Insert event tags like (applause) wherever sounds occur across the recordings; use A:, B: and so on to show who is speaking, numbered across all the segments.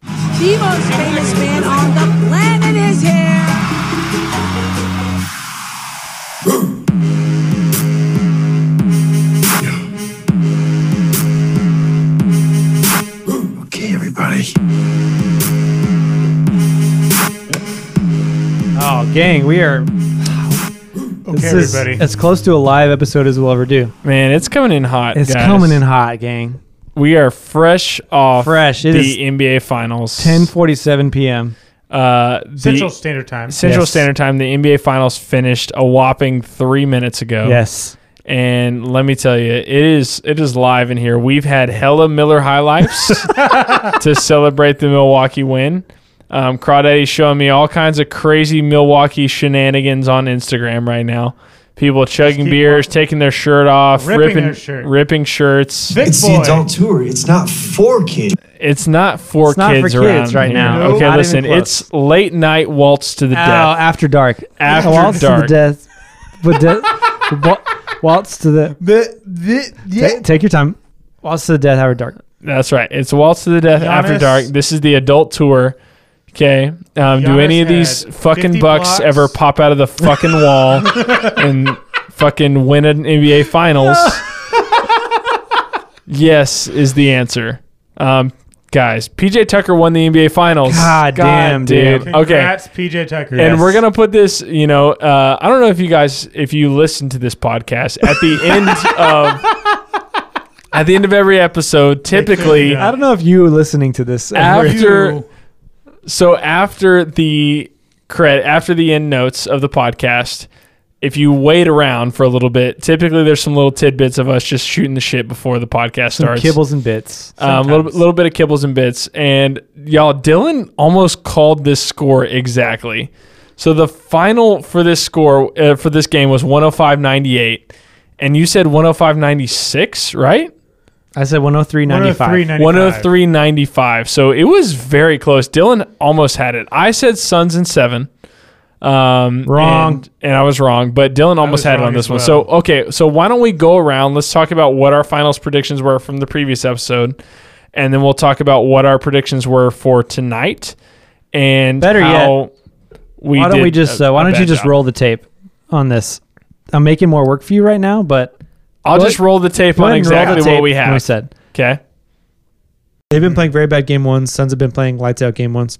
A: The most famous man on the planet is here.
B: Okay, everybody.
C: Oh, gang, we are.
D: Okay,
C: this is
D: everybody.
C: As close to a live episode as we'll ever do.
D: Man, it's coming in hot.
C: It's
D: guys.
C: coming in hot, gang.
D: We are fresh off
C: Fresh. It
D: the
C: is
D: NBA Finals.
C: 10:47 p.m.
D: Uh, the
B: Central Standard Time.
D: Central
C: Yes.
D: Standard Time. The NBA Finals finished a whopping three minutes ago.
C: Yes.
D: And let me tell you, it is it is live in here. We've had hella Miller High (laughs) Lifes to celebrate the Milwaukee win. Um, Crawdaddy's showing me all kinds of crazy Milwaukee shenanigans on Instagram right now. People chugging
B: keep
D: beers,
B: walking.
D: taking their shirt off,
B: Ripping
D: ripping
B: their shirt.
D: ripping shirts.
B: Big
E: It's
B: boy.
E: the adult tour. It's not for kids.
D: It's not for
C: It's
D: kids
C: not for kids
D: around
C: right
D: here.
C: now.
D: Okay,
C: Not even
D: listen,
C: close.
D: it's late night waltz to the
C: Oh,
D: death.
C: after dark.
D: After
C: waltz
D: dark.
C: to the death. But de- wa- waltz to the.
B: The, the,
C: ta- take your time. Waltz to the death. After dark.
D: That's right. It's Waltz to the Death After
B: Giannis-
D: Dark. This is the adult tour. Okay. Um, do
B: Giannis
D: any of these
B: had
D: fucking
B: 50
D: bucks
B: blocks.
D: ever pop out of the fucking wall
C: (laughs)
D: and fucking win an NBA
C: (laughs)
D: Finals? yes, is the answer. Um, guys, PJ Tucker won the NBA Finals.
C: God damn, dude.
D: Okay.
B: Congrats, PJ Tucker.
D: And we're gonna put this, you know, uh, I don't know if you guys, if you listen to this podcast at the end of, at the end of every episode, typically,
B: don't.
C: I don't know if you listening to this.
D: after so after the credit after the end notes of the podcast if you wait around for a little bit typically there's some little tidbits of us just shooting the shit before the podcast
C: Some
D: starts
C: kibbles and bits.
D: a um, little, bit- little bit of kibbles and bits and y'all dylan almost called this score exactly so the final for this score uh, for this game was 105.98 and you said 105.96 right
C: I said 103.95.
B: 103.
D: 103.95. So it was very close. Dylan almost had it. I said Suns in seven. Um,
C: Wrong.
D: And, and I was wrong, but Dylan almost
B: was
D: had it
B: wrong
D: on this
B: as
D: one.
B: well.
D: So, okay. So why don't we go around? Let's talk about what our finals predictions were from the previous episode. And then we'll talk about what our predictions were for tonight. And
C: Better
D: how we
C: Why don't
D: did
C: we just?
D: a-
C: uh, why
D: a
C: don't you
D: bad
C: just
D: job.
C: roll the tape on this? I'm making more work for you right now, but
D: I'll
C: go
D: just roll the tape
C: go
D: on
C: ahead and roll the
D: exactly
C: tape
D: what we
C: We
D: have.
C: said.
D: Okay.
C: They've been playing very bad game ones. Suns have been playing lights out game ones.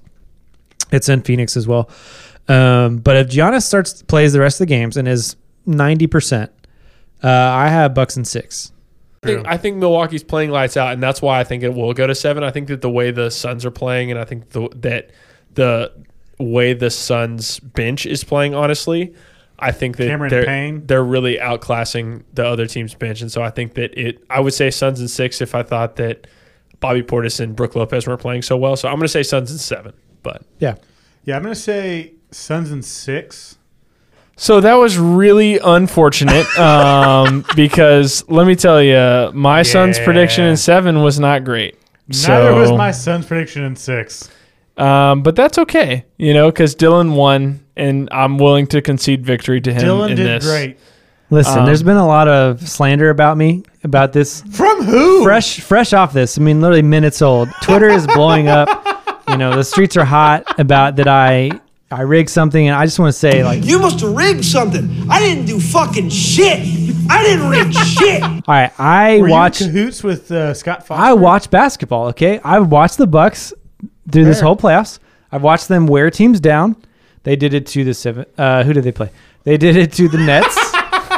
C: It's in Phoenix as well. Um, but if Giannis starts plays the rest of the games and is ninety percent, uh, I have Bucks and six.
D: I think, I think Milwaukee's playing lights out, and that's why I think it will go to seven. I think that the way the Suns are playing, and I think the, that the way the Suns bench is playing, honestly, I think that
B: Cameron
D: they're
B: Payne.
D: they're really outclassing the other team's bench, and so I think that it. I would say Suns and six if I thought that Bobby Portis and Brooke Lopez weren't playing so well. So I'm going to say Suns and seven, but.
C: Yeah,
B: Yeah, I'm going to say Suns and six.
D: So that was
B: (laughs)
D: really unfortunate um, because let me tell you, my son's prediction in seven was not great.
B: Neither
D: So-
B: was my son's prediction in six.
D: Um, but that's okay, you know, because Dylan won, and I'm willing to concede victory to him.
B: Dylan
D: in
B: did
D: this.
B: great.
C: listen,
D: Um,
C: there's been a lot of slander about me about
D: (laughs)
C: this
B: From who?
C: fresh fresh off this. I mean, literally minutes old. Twitter is blowing up. You know, the streets are hot about that. I I rigged something, and I just want to say like.
E: You must have rigged something. I didn't do fucking shit. I didn't rig shit.
C: All right, I
B: Were
C: watch
B: you in cahoots with uh, Scott Foster?
C: I watch basketball. Okay, I've watched the Bucks through this
B: Fair.
C: whole playoffs. I've watched them wear teams down. They did it to the seven. Uh, who did they play? They did it to the
B: (laughs)
C: Nets.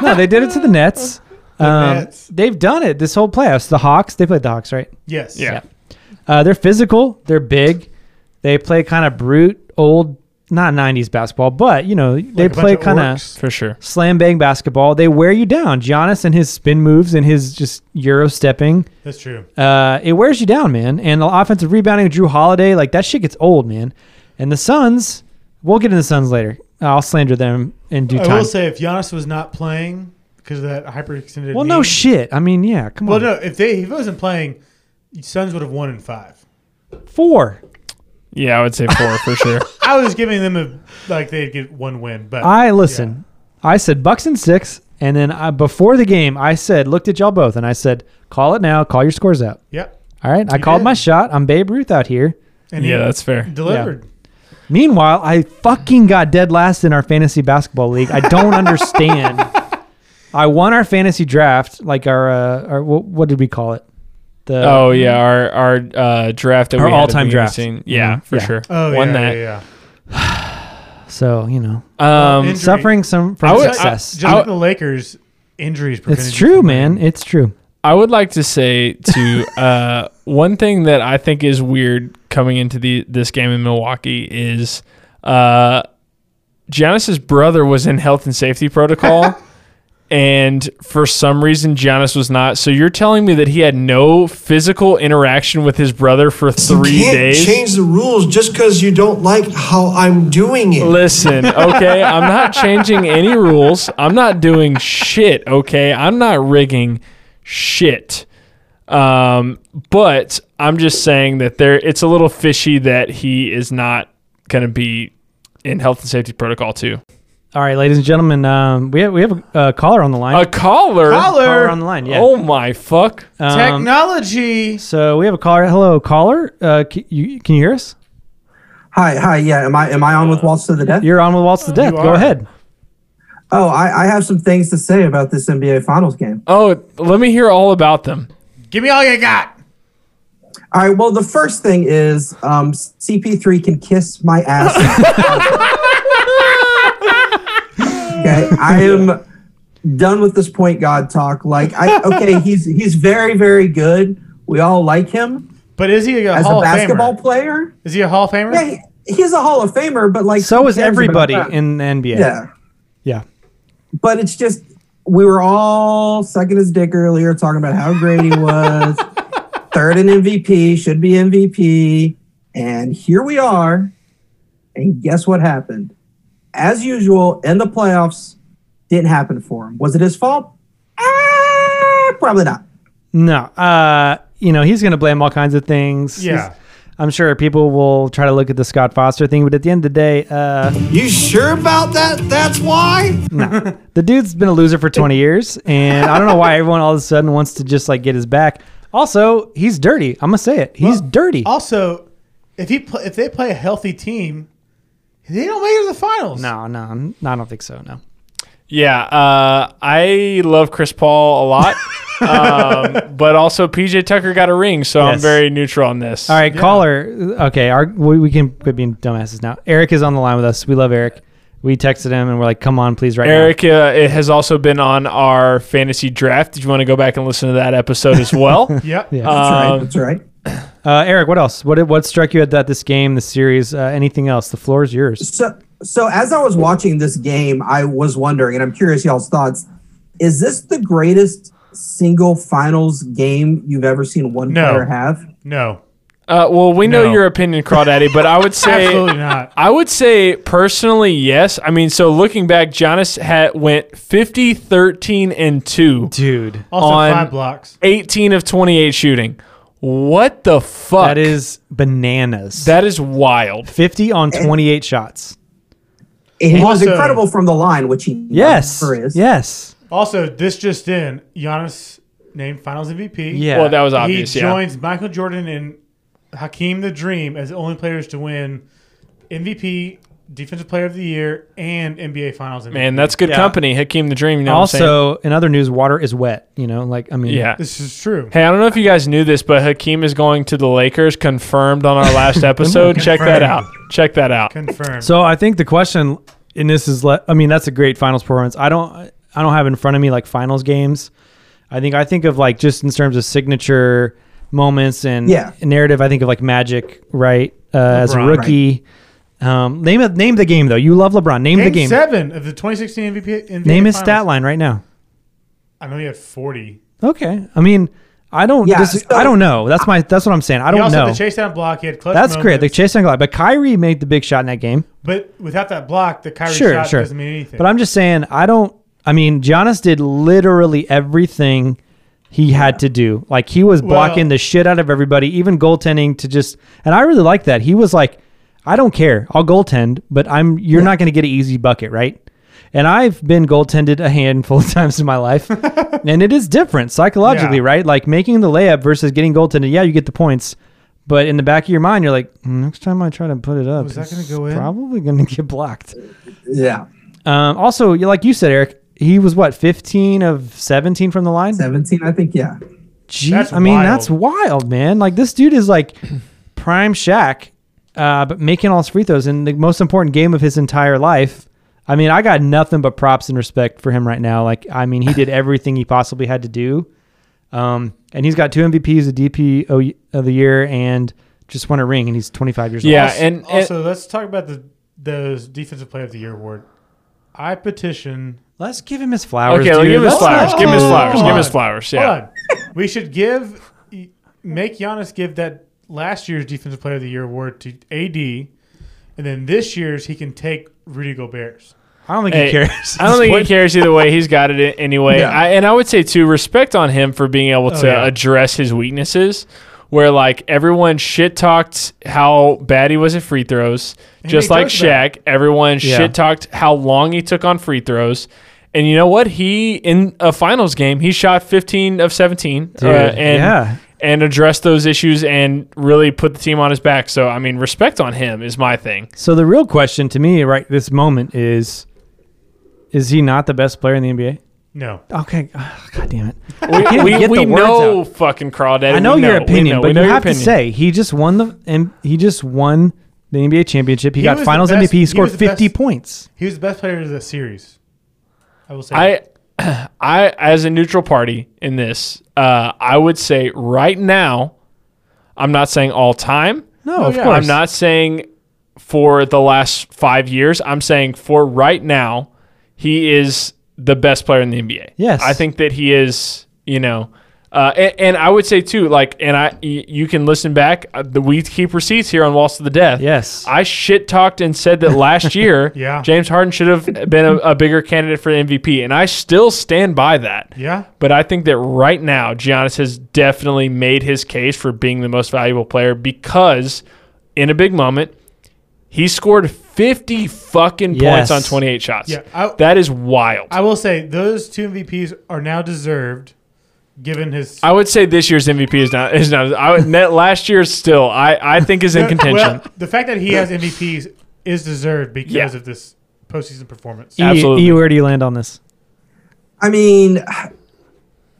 C: no, they did it to the Nets. Um,
B: Nets.
C: They've done it this whole playoffs. The Hawks. They played the Hawks, right?
B: Yes.
D: Yeah.
C: Uh, they're physical. They're big. They play kind of brute, old, not '90s basketball, but you know they
B: Like a bunch
C: play kind of
B: orcs.
D: for sure.
C: slam bang basketball. They wear you down. Giannis and his spin moves and his just euro stepping.
B: That's true.
C: Uh, it wears you down, man. And the offensive rebounding with Drew Holiday, like that shit gets old, man. And the Suns, we'll get into the Suns later. I'll slander them in due
B: I
C: time.
B: will say, if Giannis was not playing because of that hyperextended.
C: well, no
B: knee-
C: shit. I mean, yeah, come
B: Well,
C: on.
B: no. If they if he wasn't playing, Suns would have won in five.
C: Four.
D: Yeah, I would say four
B: (laughs)
D: for sure.
B: I was giving them a like they'd get one win, but
C: I listen. I said Bucks and six, and then I, before the game, I said looked at y'all both, and I said call it now, call your scores out.
B: Yep.
C: All right, I
B: You
C: called
B: did.
C: my shot. I'm Babe Ruth out here.
B: And
D: Yeah,
B: he
D: that's fair.
B: delivered.
C: Meanwhile, I fucking got dead last in our fantasy basketball league. I don't understand. I won our fantasy draft, like our, uh, our what, what did we call it? The
D: Oh yeah, our our uh, draft that
C: Our
D: we had at the
C: all-time
D: beginning of
C: draft.
D: the season. Yeah,
C: Mhm.
D: for
C: Yeah.
D: sure.
B: Oh,
D: Won
B: yeah,
D: that.
B: yeah,
C: so you know,
B: yeah.
D: Um,
B: Injury.
C: suffering some from
D: I would- I-
C: success.
B: Just
D: I-
B: like the Lakers, injuries. prevented
C: it's
B: you
C: true,
B: from-
C: man. It's true.
D: I would like to say to uh, one thing that I think is weird coming into the this game in Milwaukee is uh, Giannis's brother was in health and safety protocol, and for some reason Giannis was not. So you're telling me that he had no physical interaction with his brother for three
E: you can't
D: days?
E: change the rules just because you don't like how I'm doing it.
D: Listen, okay, I'm not changing any rules. I'm not doing shit, okay? I'm not rigging shit. Um, but I'm just saying that there it's a little fishy that he is not going to be in health and safety protocol too.
C: All right, ladies and gentlemen, um, we have, we have a uh, caller on the line.
D: A collar?
C: caller
B: Caller.
C: on the line. Yeah.
D: Oh my fuck.
C: Um,
B: Technology.
C: so we have a caller. Hello, caller. Uh, can you, can you hear us?
F: Hi, hi, yeah. Am I am I on with Waltz to the Death?
C: Uh, You're on with Waltz to Death.
B: You
C: Go
B: are.
C: ahead.
F: Oh, I, I have some things to say about this NBA Finals game.
D: Oh, let me hear all about them.
B: Give me all you got.
F: All right. Well, the first thing is um, CP3 can kiss my ass. (laughs) okay, I am done with this point god talk. Like, I okay, he's he's very very good. We all like him
B: But is he a
F: as
B: Hall
F: a basketball
B: of Famer?
F: player.
B: Is he a Hall of Famer?
F: Yeah, he, he's a Hall of Famer, but like
C: So
F: who
C: is
F: cares about
C: everybody
F: that?
C: in the NBA.
F: yeah.
C: Yeah.
F: but it's just we were all sucking his dick earlier, talking about how great he was. Third in MVP, should be MVP. And here we are. And guess what happened? As usual, in the playoffs, didn't happen for him. Was it his fault? Ah, probably not.
C: No. Uh, you know, he's going to blame all kinds of things.
B: Yeah.
C: He's- I'm sure people will try to look at the Scott Foster thing, but at the end of the day, uh,
E: You sure about that? That's why?
C: the dude's been a loser for 20 years, and I don't know why everyone all of a sudden wants to just like get his back. Also, he's dirty. I'm gonna say it. He's dirty.
B: Also, if he pl- if they play a healthy team, they don't make it to the finals.
C: no, no, no, I don't think so. No.
D: Yeah, uh, I love Chris Paul a
C: (laughs)
D: lot. um, but also PJ Tucker got a ring, so I'm
C: Yes.
D: very neutral on this.
C: All right, caller. Okay, our we, we can quit being dumbasses now. Eric is on the line with us. We love Eric. We texted him and we're like, "Come on, please, right now."
D: Eric uh, it has also been on our fantasy draft. Did you want to go back and listen to that episode as well?
C: (laughs)
B: Yep.
C: Yeah.
F: That's right.
D: Um,
F: That's right.
C: Uh, Eric, what else? What what struck you at that this game, the series, uh, anything else? The floor is yours.
F: So, so as I was watching this game, I was wondering, and I'm curious y'all's thoughts. Is this the greatest single finals game you've ever seen one
B: No.
F: player have?
B: No.
D: Uh, well, we know
B: No.
D: your opinion, Crawdaddy, but
C: (laughs)
D: I would
B: Absolutely
D: say
B: not.
D: I would say personally yes. I mean, so looking back, Jonas had went 50 13 and 2,
C: Dude,
B: Also,
D: On-
B: five blocks.
D: 18 of 28 shooting. What the fuck?
C: that is bananas.
D: that is wild.
C: 50 on 28 shots.
F: And he was
B: Also-
F: incredible from the line, which he
C: Yes.
F: never is.
C: Yes.
B: Also, this just in: Giannis named Finals MVP.
C: Yeah.
D: Well, that was obvious,
B: he
D: yeah.
B: joins Michael Jordan and Hakeem the Dream as the only players to win MVP, Defensive Player of the Year, and NBA Finals MVP.
D: Man, that's good
C: Yeah.
D: company. Hakeem the Dream, you know what I'm saying?
C: also, in other news, water is wet, you know, like I mean
D: Yeah.
B: this is true.
D: Hey, I don't know if you guys knew this, but Hakeem is going to the Lakers. Confirmed on our
B: (laughs)
D: last episode. Check that out. Check that out.
B: Confirmed.
C: So I think the question in this is le- I mean that's a great finals performance. I don't I don't have in front of me like finals games. I think I think of like just in terms of signature moments and
F: Yeah.
C: narrative. I think of like Magic, right? Uh, as a
B: LeBron.
C: rookie. Um, name it. Name the game though. You love LeBron. Name
B: Game
C: the game.
B: seven of the 2016 MVP. NBA
C: name his
B: Finals.
C: stat line right now.
B: I know he had 40.
C: Okay. I mean, I don't.
F: Yeah,
C: dis-
F: so-
C: I don't know. That's my. That's what I'm saying. I
B: He
C: don't
B: also
C: know.
B: had the chase down block. He had clutch.
C: That's great. The
B: moments,
C: chase and glide. But Kyrie made the big shot in that game.
B: but without that block, the Kyrie
C: Sure,
B: shot
C: sure.
B: doesn't mean anything.
C: But I'm just saying, I don't. I mean, Giannis did literally everything he had to do. Like he was blocking
B: Well-
C: the shit out of everybody, even goaltending to just. And I really like that. He was like, I don't care. I'll goaltend, but I'm. You're not going to get an easy bucket, right? And I've been goaltended a handful of (laughs) times in my
B: (laughs)
C: life, and it is different psychologically,
B: Yeah.
C: right? Like making the layup versus getting goaltended. Yeah, you get the points, But in the back of your mind, you're like, "Mm, next time I try to put it up,
B: Was that
C: it's
B: gonna go in?
C: Probably going to get blocked.
F: Yeah.
C: Um, also, you- like you said, Eric, he was what 15 of 17 from the line.
F: 17, I think. Yeah.
C: Gee,
B: That's
C: I mean,
B: wild.
C: that's wild, man. Like this dude is like (clears throat) prime Shaq, uh, but making all his free throws in the most important game of his entire life. I mean, I got nothing but props and respect for him right now. Like, I mean, he did everything he possibly had to do, um, and he's got two MVPs, a DP o- of the year, and just won a ring, and he's 25 years
D: Yeah,
C: old.
D: and, and
B: Also, let's talk about the the defensive player of the year award. I petition.
C: let's give him his flowers.
D: okay,
C: dude.
D: give him his
C: Let's
D: flowers.
C: not-
D: Give him his
B: Oh,
D: flowers.
B: come
D: Give him his
B: on.
D: flowers.
B: Hold
D: Yeah.
B: on. we should give make Giannis give that last year's defensive player of the year award to AD, and then this year's he can take Rudy Gobert's.
C: I don't think
D: Hey,
C: he cares. (laughs)
D: I don't think he cares either way. He's got it a- anyway.
F: Yeah.
D: I, and I would say too, respect on him for being
C: Oh,
D: able to
B: yeah.
D: address his weaknesses. Where like everyone shit talked how bad he was at free throws, just
B: he
D: like
B: does that.
D: Shaq. Everyone
C: Yeah.
D: shit talked how long he took on free throws. And you know what? He in a finals game, he shot 15 of 17, uh, and
C: yeah.
D: and addressed those issues and really put the team on his back. So I mean, respect on him is my thing.
C: So the real question to me right this moment is is he not the best player in the NBA?
B: No,
C: Okay, ah, god damn it.
D: We,
C: can't
D: we,
C: get the
D: we
C: words
D: know
C: out.
D: fucking crawdad.
C: I know
D: We
C: your
D: we
C: opinion,
D: know-
C: but
D: we know
C: you
D: your
C: have to
D: opinion.
C: say he just won the and he just won the NBA championship. He,
B: He
C: got
B: was the
C: Finals
B: best-
C: MVP. He
B: he
C: scored
B: was the best-
C: 50 points.
B: he was the best player of the series. I will say.
D: I, (clears throat) I as a neutral party in this, uh, I would say right now, I'm not saying all time. Oh,
C: No, of
B: yeah.
C: course
D: I'm not saying for the last five years. I'm saying for right now, he is the best player in the NBA.
C: Yes.
D: I think that he is. You know, uh, and, and I would say too, like, and I, y- you can listen back. Uh, the we keep receipts here on Walls to the Death.
C: Yes.
D: I shit talked and said that
B: (laughs)
D: last year,
B: Yeah.
D: James Harden should have been a, a bigger candidate for the MVP, and I still stand by that.
B: yeah,
D: But I think that right now, Giannis has definitely made his case for being the most valuable player because in a big moment, he scored 50 fucking
C: Yes.
D: points on 28 shots.
B: Yeah, I-
D: that is wild. I,
B: I will say those two MVPs are now deserved, given his.
D: would say this year's MVP is not, is not, I would, that last year's still, I, I think is in contention.
B: Well, the fact that he has MVPs is deserved because
D: Yeah.
B: of this postseason performance.
C: E-
D: Absolutely.
C: E, where do you land on this?
F: I mean,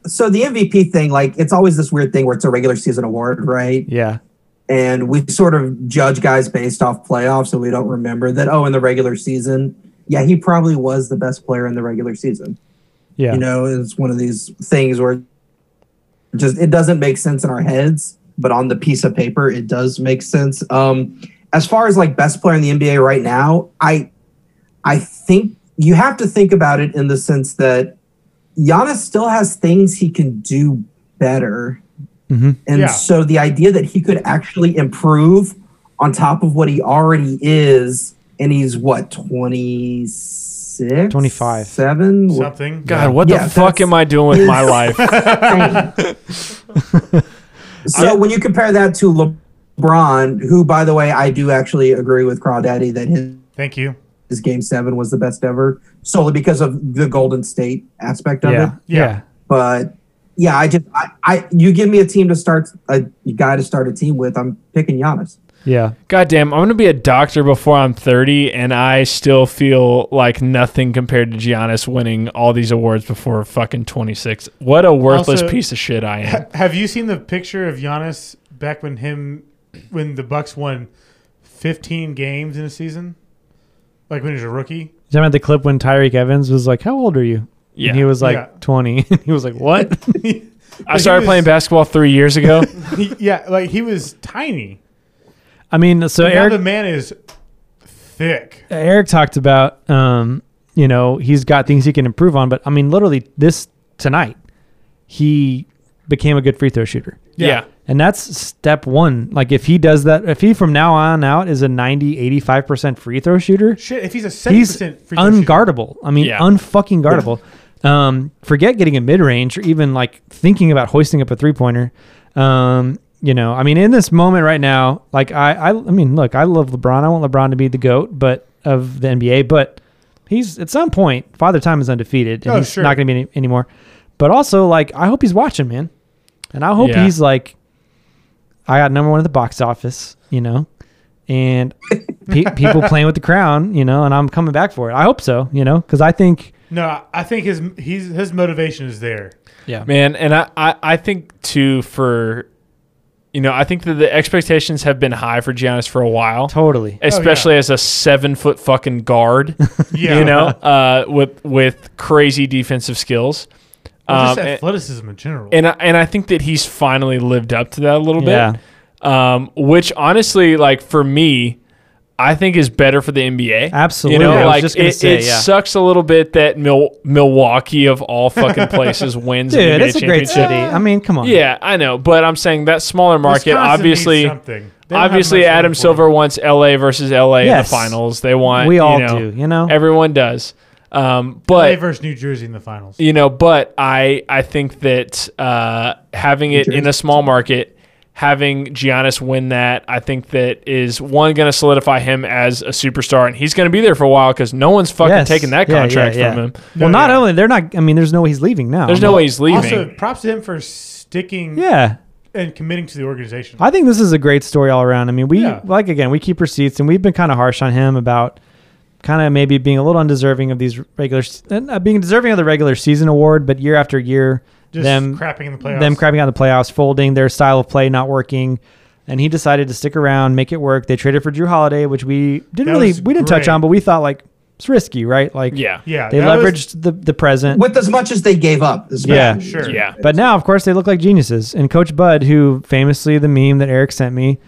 F: so the MVP thing, like, it's always this weird thing where it's a regular season award, right?
C: Yeah.
F: And we sort of judge guys based off playoffs, so we don't remember that, oh, in the regular season, yeah, he probably was the best player in the regular season.
C: Yeah.
F: You know, it's one of these things where just it doesn't make sense in our heads, but on the piece of paper, it does make sense. Um, as far as like best player in the NBA right now, I I think you have to think about it in the sense that Giannis still has things he can do better.
C: Mhm.
F: And
B: Yeah.
F: so the idea that he could actually improve on top of what he already is, and he's what, 26?
C: 25.
F: 7?
B: Something.
D: God, what
F: Yeah,
D: the fuck
F: that's-
D: am I doing with my life?
F: So when you compare that to LeBron, who, by the way, I do actually agree with Crawdaddy that his,
B: Thank you.
F: his game seven was the best ever, solely because of the Golden State aspect of it.
C: Yeah.
B: Yeah.
F: But yeah, I just, I, I, you give me a team to start, a guy to start a team with, I'm picking Giannis.
C: Yeah.
D: God damn, I'm gonna be a doctor before I'm 30, and I still feel like nothing compared to Giannis winning all these awards before fucking 26. What a worthless
B: Also-
D: piece of shit I
B: (laughs)
D: am.
B: Have you seen the picture of Giannis back when him when the Bucks won 15 games in a season? Like when he was a rookie? (laughs)
C: Did you remember the clip when Tyreek Evans was like, "How old are you?"
D: Yeah,
C: And he was like
B: Yeah.
C: 20. (laughs) he was like, "What?"
D: (laughs) I started
B: was-
D: playing basketball three years ago.
B: He, yeah, like he was tiny.
C: I mean, so
B: now
C: Eric
B: the man is thick.
C: Eric talked about, um, you know, he's got things he can improve on, but I mean, literally this tonight, he became a good free throw shooter.
D: yeah.
C: And that's step one. Like if he does that, if he from now on out is a 90, 85% free throw shooter,
B: Shit, if he's a 70%
C: he's
B: free throw shooter-
C: unguardable. I mean,
D: Yeah.
C: unfucking guardable. Um, forget getting a mid range or even like thinking about hoisting up a three pointer. Um, you know, I mean, in this moment right now, like I, I, I mean, look, I love LeBron. I want LeBron to be the goat, but of the NBA, but he's at some point, Father Time is undefeated, and
B: Oh,
C: he's
B: sure.
C: not going to be any, anymore. But also, like, I hope he's watching, man, and I hope
D: Yeah.
C: he's like I got number one at the box office, you know, and pe- people playing with the crown, you know, and I'm coming back for it. I hope so, you know, because I think
B: No, I think his he's his motivation is there.
D: man and I, I i think too for you know i think that the expectations have been high for giannis for a while
C: totally.
D: especially as a seven foot fucking guard
B: Yeah,
D: you know uh with with crazy defensive skills
B: Well, just
D: Um, and-
B: athleticism in general.
D: and I, and I think that he's finally lived up to that a little
C: Yeah.
D: bit. Um, which honestly, like for me, I think is better for the NBA.
C: Absolutely.
D: you know,
C: I was
D: like
C: just gonna
D: it,
C: say,
D: it
C: yeah.
D: sucks a little bit that Mil- Milwaukee of all fucking
C: (laughs)
D: places wins. an
C: Dude,
D: NBA
C: it's a great
D: championship.
C: city. I mean, come on.
D: Yeah, I know, but I'm saying that smaller market,
B: Wisconsin needs
D: obviously.
B: something. They don't have
D: Obviously,
B: much going
D: Adam
B: for
D: Silver
B: them.
D: wants LA versus LA in the
C: Yes.
D: finals. They want
C: We
D: you
C: all
D: know,
C: do, you know?
D: everyone does. Um,
B: They
D: but
B: versus New Jersey in the finals.
D: you know but i i think that uh having it in a small market having Giannis win that i think that is one going to solidify him as a superstar and he's going to be there for a while cuz no one's fucking
C: Yes.
D: taking that
C: Yeah, yeah,
D: contract
C: yeah. Um,
D: from him
C: Well,
B: No,
C: not
B: yeah.
C: only they're not. I mean, there's no way he's leaving now.
D: there's no way he's leaving
B: Also, props to him for sticking
C: Yeah.
B: and committing to the organization.
C: I think this is a great story all around. I mean, we
B: Yeah.
C: like again, we keep receipts, and we've been kind of harsh on him about kind of maybe being a little undeserving of these regular, uh, being deserving of the regular season award, but year after year,
B: Just
C: them
B: crapping in the playoffs.
C: them crapping out the playoffs, folding their style of play not working, and he decided to stick around, make it work. They traded for Drew Holiday, which we didn't
B: That
C: really
B: was
C: we didn't touch
B: great.
C: on, but we thought like it's risky, right? Like
D: yeah
B: Yeah,
C: they
B: that was-
C: leveraged the the present.
F: with as much as they gave up. is
C: Yeah.
F: bad.
B: Sure.
D: yeah
C: But now, of course, they look like geniuses. And Coach Bud, who famously the meme that Eric sent me,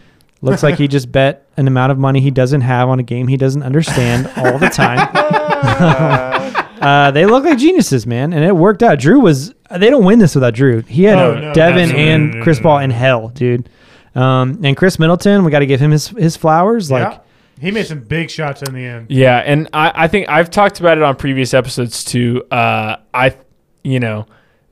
C: looks like
B: (laughs)
C: he just bet an amount of money he doesn't have on a game he doesn't understand all the
B: (laughs)
C: time. (laughs) uh, they look like geniuses, man, and it worked out. Drew was. They don't win this without Drew. He had
B: Oh, no,
C: Devin
B: absolutely.
C: and
B: No, no,
C: Chris
B: no,
C: Paul
B: no.
C: in hell, dude. Um, and Chris Middleton, we got to give him his his flowers. Like,
B: Yeah. he made some big shots in the end.
D: Yeah, and I, I think I've talked about it on previous episodes too. Uh, I, you know,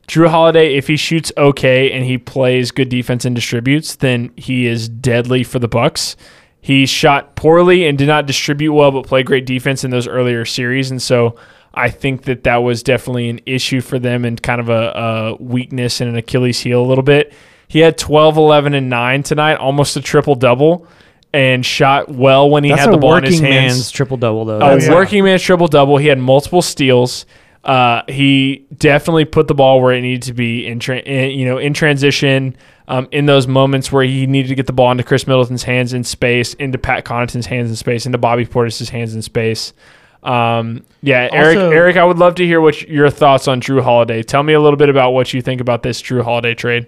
D: Drew Holiday, if he shoots okay and he plays good defense and distributes, then he is deadly for the Bucks. He shot poorly and did not distribute well, but played great defense in those earlier series, and so I think that that was definitely an issue for them and kind of a, a weakness and an Achilles heel a little bit. He had 12, 11, and 9 tonight, almost a triple double, and shot well when he
C: that's
D: had
C: a
D: the ball in his
C: working
D: hands Oh,
C: man's triple double, though.
D: a
C: That's-
B: yeah.
D: working man's triple double. He had multiple steals. Uh, he definitely put the ball where it needed to be in, tra- in you know in transition. Um, in those moments where he needed to get the ball into Chris Middleton's hands in space, into Pat Connaughton's hands in space, into Bobby Portis's hands in space. Um, yeah, Eric.
B: Also-
D: Eric, I would love to hear what your thoughts on Drew Holiday. Tell me a little bit about what you think about this Drew Holiday trade.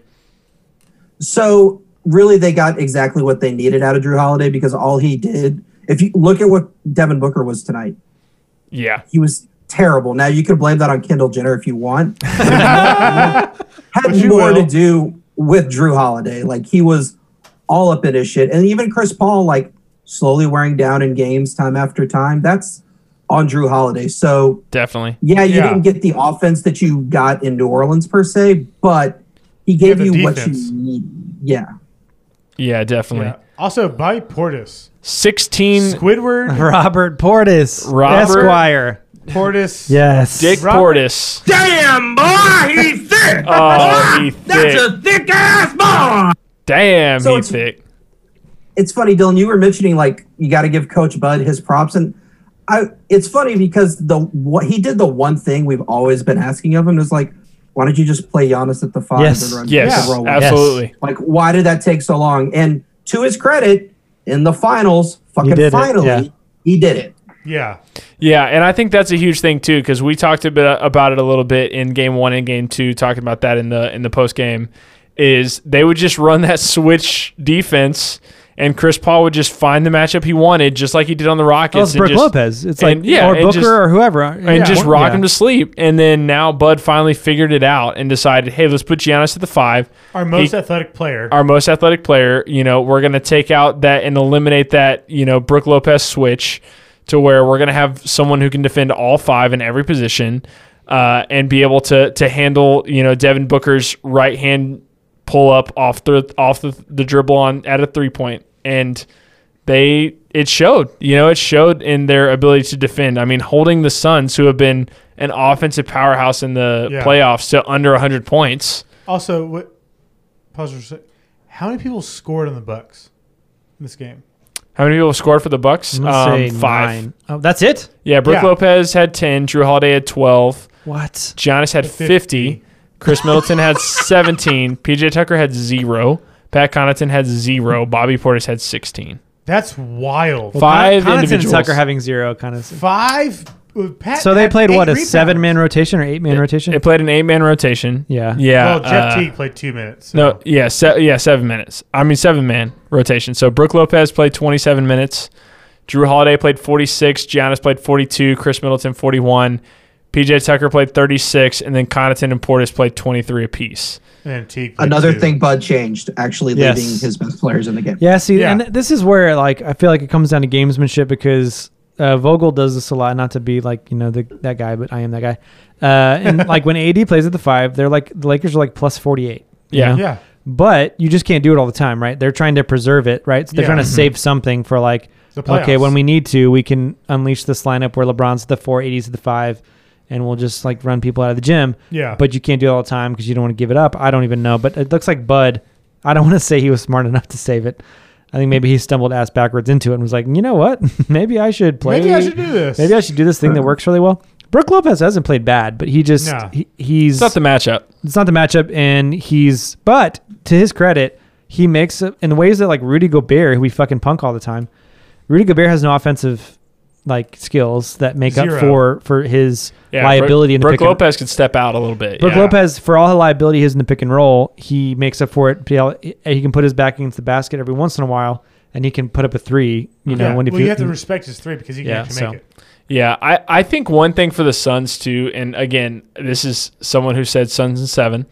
F: So really, they got exactly what they needed out of Drew Holiday because all he did, if you look at what Devin Booker was tonight,
D: Yeah,
F: he was terrible. Now you can blame that on Kendall Jenner if
B: (laughs)
F: you want. Had
B: you
F: more to
B: will.
F: do with Drew Holiday. Like he was all up in his shit, and even Chris Paul, like slowly wearing down in games time after time. That's on Drew Holiday. So
D: definitely.
F: yeah, you
B: Yeah.
F: didn't get the offense that you got in New Orleans per se, but he gave
B: the
F: you what
B: defense.
F: you need. Yeah.
D: Yeah, definitely.
B: Yeah. Also, Bobby Portis,
C: (laughs)
D: Sixteen.
B: Squidward,
C: (laughs) Robert Portis,
D: Robert-
C: Esquire.
B: Portis.
C: Yes,
D: Dick
B: Robert-
D: Portis.
F: (laughs)
E: Damn, boy,
B: (laughs)
E: he's thick.
D: Oh, he
E: That's
D: thick.
E: a thick ass boy.
D: Damn,
F: So
D: he
F: it's-
D: thick.
F: it's funny, Dylan. You were mentioning like you got to give Coach Bud his props, and I. It's funny because the what he did the one thing we've always been asking of him is like, why don't you just play Giannis at the five
C: Yes.
F: and run
D: Yes,
F: pick and roll?
C: abs-
D: absolutely.
F: Like, why did that take so long? And to his credit, in the finals, fucking
C: did it,
F: finally,
C: yeah.
F: he did it.
B: Yeah.
D: Yeah, and I think that's a huge thing too because we talked a bit uh, about it a little bit in game one and game two, talking about that in the in the post game. Is they would just run that switch defense, and Chris Paul would just find the matchup he wanted, just like he did on the Rockets.
C: Oh, it's
D: and
C: Brooke
D: just-
C: Lopez. It's like
D: and- yeah,
C: or
D: and
C: Booker
D: just-
C: or whoever,
D: and just rock him
C: him
D: to sleep. And then now Bud finally figured it out and decided, hey, let's put Giannis at the five.
B: Our most
D: He-
B: athletic player.
D: our most athletic player. You know, we're going to take out that and eliminate that, you know, Brooke Lopez switch to where we're going to have someone who can defend all five in every position uh, and be able to to handle, you know, Devin Booker's right hand pull up off the off the, the dribble on at a three point and they it showed you know it showed in their ability to defend i mean holding the suns who have been an offensive powerhouse in the
B: Yeah.
D: playoffs to under 100 points
B: also, what puzzle? How many people scored on the Bucks in this game?
D: How many people scored for the Bucks?
C: I'm gonna say
D: um, five.
C: nine. Oh, that's it.
D: Yeah,
B: Yeah.
D: Brooke Lopez had ten. Drew Holiday had twelve.
C: What?
D: Giannis had 50.
B: 50.
D: Chris Middleton had (laughs) 17. PJ Tucker had zero. Pat Connaughton had zero. Bobby Portis had 16.
B: That's wild.
D: Five
C: Connaughton
D: individuals.
C: and Tucker having zero kind of.
B: Five. Pat
C: So they
B: had
C: played
B: eight
C: what a
B: rebounds.
C: seven man rotation or eight man rotation.
D: It played an eight man rotation.
C: Yeah.
D: Yeah.
B: Well, Jeff
D: uh,
B: Teague played two minutes. so-
D: No, yeah, se- yeah, seven minutes. I mean, seven man rotation. So Brooke Lopez played 27 minutes. Drew Holiday played 46. Giannis played 42. Chris Middleton 41. PJ Tucker played 36, and then Connaughton and Portis played 23 apiece.
B: and then Teague. played
F: Another
B: two.
F: thing Bud changed, actually
C: Yes.
F: leaving his best players in the game.
C: Yeah, see,
B: Yeah.
C: and this is where like I feel like it comes down to gamesmanship because uh, Vogel does this a lot. Not to be like you know the, that guy, but I am that guy. Uh,
D: (laughs)
C: and like when AD plays at the five, they're like the Lakers are like plus forty eight.
D: Yeah.
B: Yeah.
C: But you just can't do it all the time, right? They're trying to preserve it, right? So they're
B: Yeah. Mm-hmm.
C: trying to save something for like
B: The
C: okay,
B: playoffs.
C: when we need to, we can unleash this lineup where LeBron's at the four, AD's at the five, and we'll just like run people out of the gym.
B: Yeah.
C: But you can't do it all the time because you don't want to give it up. I don't even know. But it looks like Bud. I don't (laughs) want to say he was smart enough to save it. I think maybe he stumbled ass backwards into it and was like, you know what? (laughs) maybe I should play.
B: Maybe I should do this.
C: Maybe I should do this thing that works really well. Brooke Lopez hasn't played bad, but he just
B: No.
C: he, he's
D: It's not the matchup.
C: it's not the matchup, and he's but to his credit, he makes it in ways that like Rudy Gobert, who we fucking punk all the time. Rudy Gobert has no offensive like skills that make
B: Zero.
C: up for for his
D: Yeah,
C: liability in the
D: Brooke,
C: pick
D: Brooke
C: and
D: Lopez could step out a little bit.
C: Brooke
D: yeah.
C: Lopez, for all his liability he is in the pick and roll, he makes up for it. He uh, he can put his back against the basket every once in a while, and he can put up a three. You know,
B: Yeah.
C: when if
B: well, you
C: you, Mm.
B: have to respect his three because he can
C: Yeah,
B: actually
C: so.
B: make it.
D: Yeah, I, I think one thing for the Suns too, and again, this is someone who said Suns and seven.